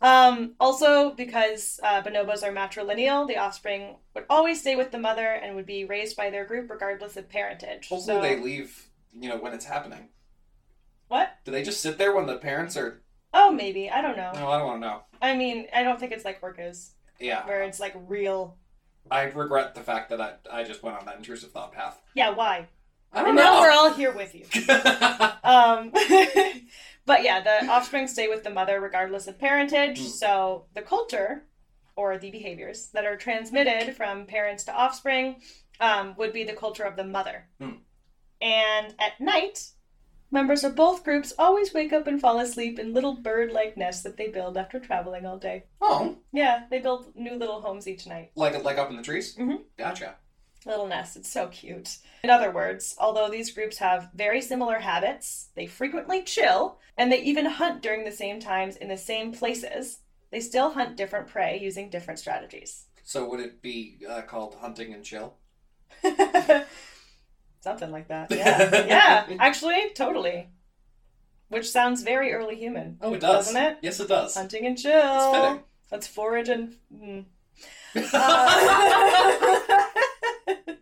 Um, also, because uh, bonobos are matrilineal, the offspring would always stay with the mother and would be raised by their group regardless of parentage. Hopefully so, they leave. You know when it's happening. what? Do they just sit there when the parents are? Oh, maybe. I don't know. No, I don't want to know. I mean, I don't think it's like orcas, Yeah. where it's like real. I regret the fact that I, I just went on that intrusive thought path. Yeah, why? I and don't now we're know. all here with you. Um, but yeah, the offspring stay with the mother regardless of parentage. Mm. So the culture or the behaviors that are transmitted from parents to offspring um, would be the culture of the mother. Mm. And at night, members of both groups always wake up and fall asleep in little bird like nests that they build after traveling all day. oh, Yeah, they build new little homes each night. like like up in the trees. Mhm. Gotcha. Little nest, it's so cute. In other words, although these groups have very similar habits, they frequently chill, and they even hunt during the same times in the same places, they still hunt different prey using different strategies. So would it be uh, called hunting and chill? Something like that. Yeah. yeah, actually, totally. Which sounds very early human. Oh, it does. Doesn't it? Yes, it does. Hunting and It's chill. fitting. Let's forage and. mm. Uh, oh,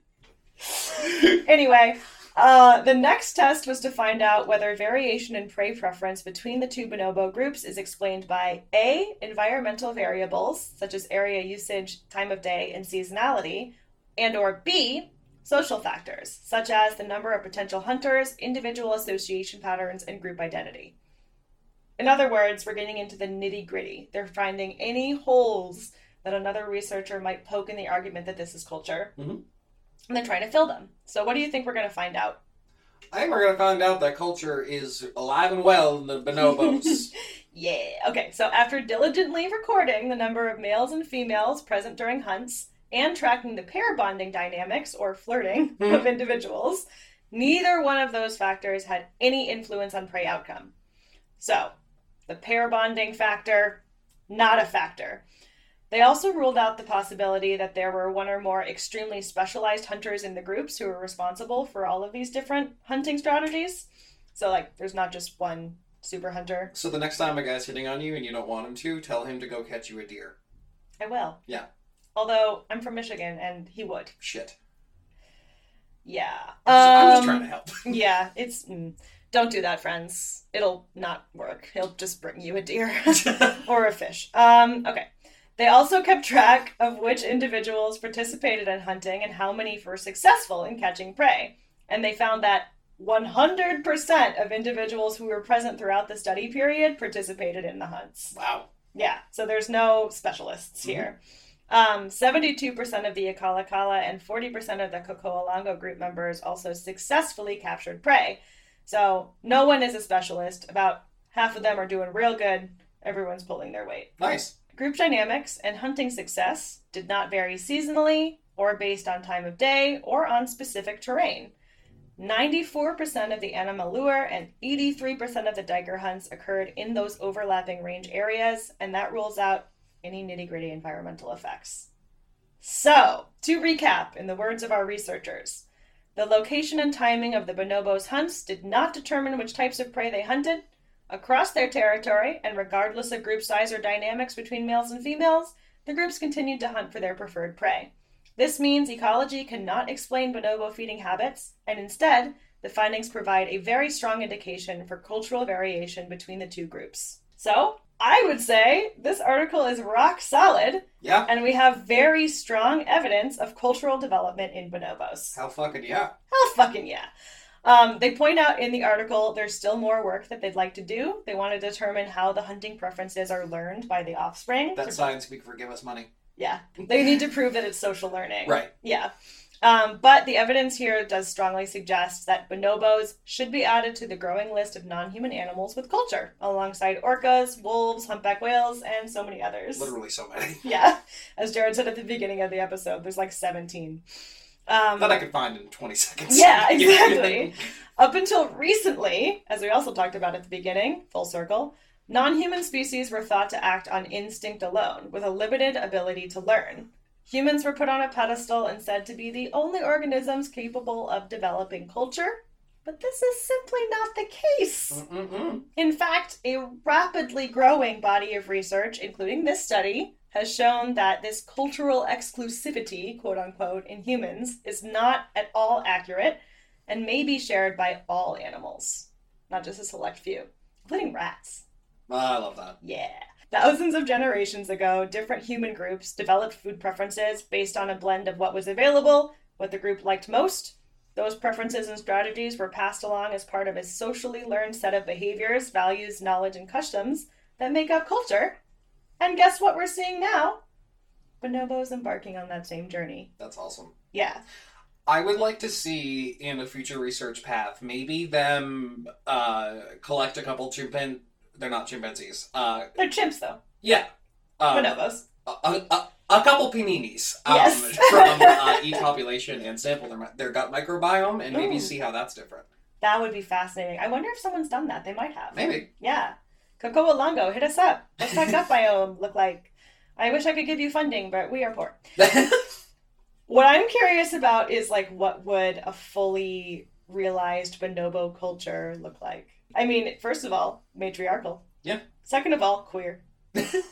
anyway, uh, the next test was to find out whether variation in prey preference between the two bonobo groups is explained by A, environmental variables such as area usage, time of day, and seasonality, and or B, social factors such as the number of potential hunters, individual association patterns, and group identity. In other words, we're getting into the nitty gritty. They're finding any holes that another researcher might poke in the argument that this is culture, Mhm. and they're trying to fill them. So, what do you think we're going to find out? I think we're gonna find out that culture is alive and well in the bonobos. Yeah. Okay, so after diligently recording the number of males and females present during hunts and tracking the pair bonding dynamics or flirting Mhm. of individuals, neither one of those factors had any influence on prey outcome. So, the pair bonding factor, not a factor. They also ruled out the possibility that there were one or more extremely specialized hunters in the groups who were responsible for all of these different hunting strategies. So, like, there's not just one super hunter. so the next time a guy's hitting on you and you don't want him to, tell him to go catch you a deer. I will. Yeah. Although I'm from Michigan and he would. Shit. Yeah. I'm just Um, trying to help. Yeah, it's. Mm, don't do that, friends. It'll not work. He'll just bring you a deer or a fish. Um, okay. They also kept track of which individuals participated in hunting and how many were successful in catching prey. And they found that 100% of individuals who were present throughout the study period participated in the hunts. wow. Yeah, so there's no specialists here. Um, 72% of the Akala Kala and 40% of the Kokoalango group members also successfully captured prey. So no one is a specialist. About half of them are doing real good. Everyone's pulling their weight. Nice. Group dynamics and hunting success did not vary seasonally or based on time of day or on specific terrain. 94% of the Animalure and 83% of the Diker hunts occurred in those overlapping range areas, and that rules out any nitty gritty environmental effects. So, to recap, in the words of our researchers, the location and timing of the bonobos' hunts did not determine which types of prey they hunted. Across their territory, and regardless of group size or dynamics between males and females, the groups continued to hunt for their preferred prey. This means ecology cannot explain bonobo feeding habits, and instead, the findings provide a very strong indication for cultural variation between the two groups. So, I would say this article is rock solid, Yeah. and we have very strong evidence of cultural development in bonobos. How fucking yeah. Hell Oh, fucking yeah. Um, they point out in the article there's still more work that they'd like to do. They want to determine how the hunting preferences are learned by the offspring. That science week for give us money. yeah. They need to prove that it's social learning. Right. Yeah. Um, but the evidence here does strongly suggest that bonobos should be added to the growing list of non human animals with culture, alongside orcas, wolves, humpback whales, and so many others. Literally so many. Yeah. As Jared said at the beginning of the episode, there's like 17. Um, That I could find in 20 seconds. Yeah, exactly. Up until recently, as we also talked about at the beginning, full circle, non human species were thought to act on instinct alone, with a limited ability to learn. Humans were put on a pedestal and said to be the only organisms capable of developing culture, but this is simply not the case. Mm-mm-mm. In fact, a rapidly growing body of research, including this study, has shown that this cultural exclusivity, quote unquote, in humans is not at all accurate and may be shared by all animals, not just a select few, including rats. I love that. Yeah. Thousands of generations ago, different human groups developed food preferences based on a blend of what was available, what the group liked most. Those preferences and strategies were passed along as part of a socially learned set of behaviors, values, knowledge, and customs that make up culture. And guess what we're seeing now? Bonobos embarking on that same journey. That's awesome. Yeah. I would like to see in a future research path maybe them uh, collect a couple chimpan. They're not chimpanzees. Uh, They're chimps, though. yeah. Um, Bonobos. a, a, a couple paninis um, Yes. from uh, each population and sample their, mi- their gut microbiome and maybe Ooh. see how that's different. That would be fascinating. I wonder if someone's done that. They might have. Maybe. Yeah. Cocoa Longo, hit us up. What's that gut biome look like? I wish I could give you funding, but we are poor. What I'm curious about is like what would a fully realized bonobo culture look like? I mean, first of all, matriarchal. Yeah. Second of all, queer.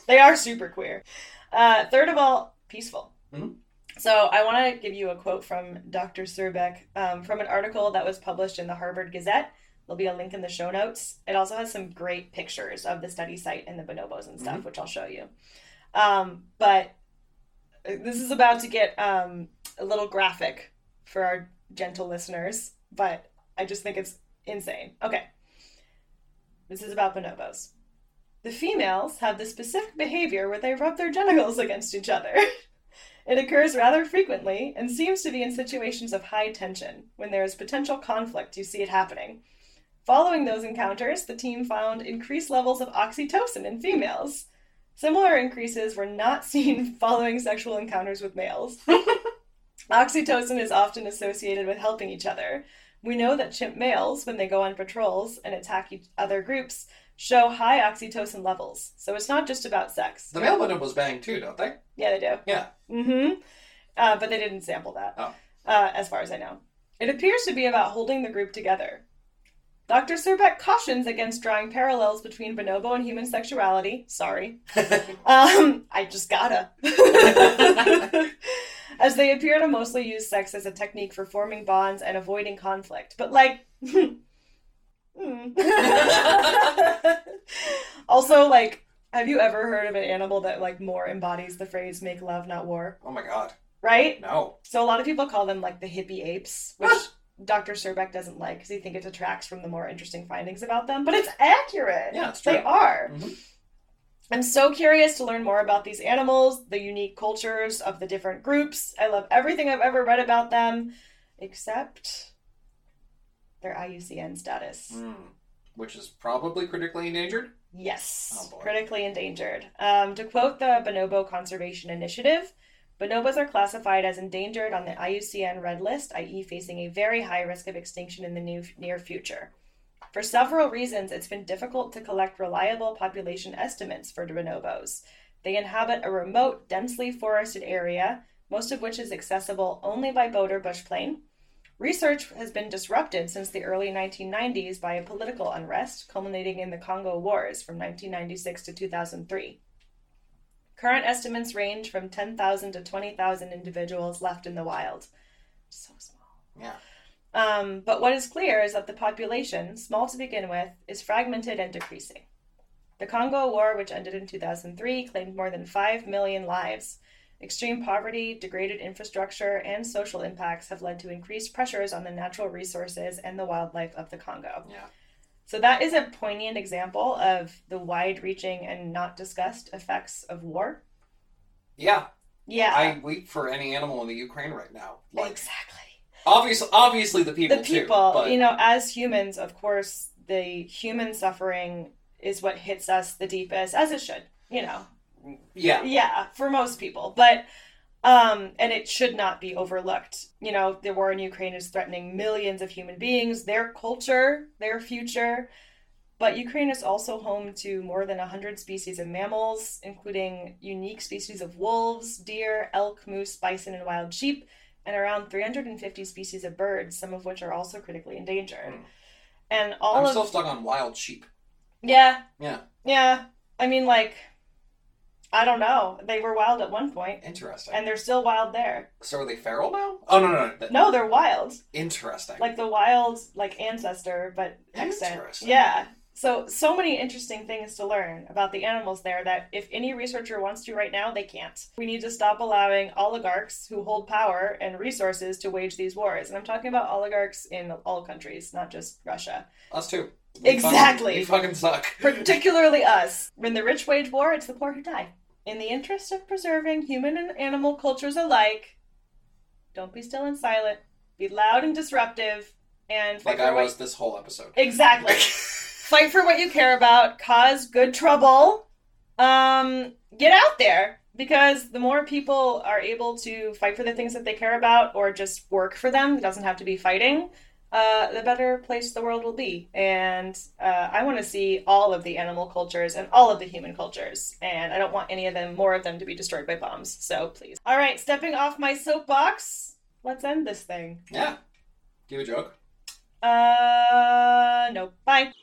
they are super queer. Uh, third of all, peaceful. Mhm. So I want to give you a quote from Dr. Surbeck um, from an article that was published in the Harvard Gazette. There'll be a link in the show notes. It also has some great pictures of the study site and the bonobos and stuff, which I'll show you. Um, but this is about to get um, a little graphic for our gentle listeners, but I just think it's insane. Okay. This is about bonobos. The females have the specific behavior where they rub their genitals against each other. it occurs rather frequently and seems to be in situations of high tension. When there is potential conflict, you see it happening. Following those encounters, the team found increased levels of oxytocin in females. Similar increases were not seen following sexual encounters with males. Oxytocin is often associated with helping each other. We know that chimp males, when they go on patrols and attack each other groups, show high oxytocin levels. So it's not just about sex. the male bonobos bang too, don't they? Yeah, they do. Yeah. Mm-hmm. Uh, but they didn't sample that, Oh. uh, as far as I know. It appears to be about holding the group together. Dr. Surbeck cautions against drawing parallels between bonobo and human sexuality. Sorry. Um, I just gotta. as they appear to mostly use sex as a technique for forming bonds and avoiding conflict. But, like, hmm. also, like, have you ever heard of an animal that, like, more embodies the phrase make love, not war? oh my god. Right? No. So, a lot of people call them, like, the hippie apes, which. Dr. Surbeck doesn't like because he thinks it detracts from the more interesting findings about them, but it's accurate. Yeah, it's true. They are. Mhm. I'm so curious to learn more about these animals, the unique cultures of the different groups. I love everything I've ever read about them, except their IUCN status. Mm. Which is probably critically endangered. Yes, Oh, boy. critically endangered. Um, to quote the Bonobo Conservation Initiative, bonobos are classified as endangered on the IUCN Red List, i.e., facing a very high risk of extinction in the new, near future. For several reasons, it's been difficult to collect reliable population estimates for bonobos. They inhabit a remote, densely forested area, most of which is accessible only by boat or bush plane. Research has been disrupted since the early 1990s by a political unrest, culminating in the Congo Wars from 1996 to 2003. Current estimates range from 10,000 to 20,000 individuals left in the wild. So small. Yeah. Um, but what is clear is that the population, small to begin with, is fragmented and decreasing. The Congo War, which ended in 2003, claimed more than 5 million lives. Extreme poverty, degraded infrastructure, and social impacts have led to increased pressures on the natural resources and the wildlife of the Congo. Yeah. So, that is a poignant example of the wide reaching and not discussed effects of war. Yeah. Yeah. I weep for any animal in the Ukraine right now. Like exactly. obviously obviously the people the too, people but you know as humans of course the human suffering is what hits us the deepest as it should you know yeah. yeah for most people but um and it should not be overlooked you know the war in ukraine is threatening millions of human beings their culture their future but ukraine is also home to more than 100 species of mammals including unique species of wolves deer elk moose bison and wild sheep and around 350 species of birds some of which are also critically endangered Mm. and all I'm of still stuck on wild sheep. yeah Yeah. yeah i mean like i don't know they were wild at one point Interesting. and they're still wild there. so are they feral now? Oh no no no. Th- No, they're wild, Interesting. like the wild, like ancestor, but extant. Interesting. Yeah. So, so many interesting things to learn about the animals there that if any researcher wants to right now, they can't. We need to stop allowing oligarchs who hold power and resources to wage these wars. And I'm talking about oligarchs in all countries, not just Russia. Us too. We Exactly. Fucking, we fucking suck. particularly us. When the rich wage war, it's the poor who die. In the interest of preserving human and animal cultures alike, don't be still and silent. Be loud and disruptive, and fight like for I what was this whole episode. exactly fight for what you care about. Cause good trouble. Um, get out there because the more people are able to fight for the things that they care about, or just work for them, it doesn't have to be fighting uh, the better place the world will be. And uh, I want to see all of the animal cultures and all of the human cultures. And I don't want any of them, more of them, to be destroyed by bombs. So please. All right, stepping off my soapbox, let's end this thing. yeah. Do you have a joke? Uh, no. Bye.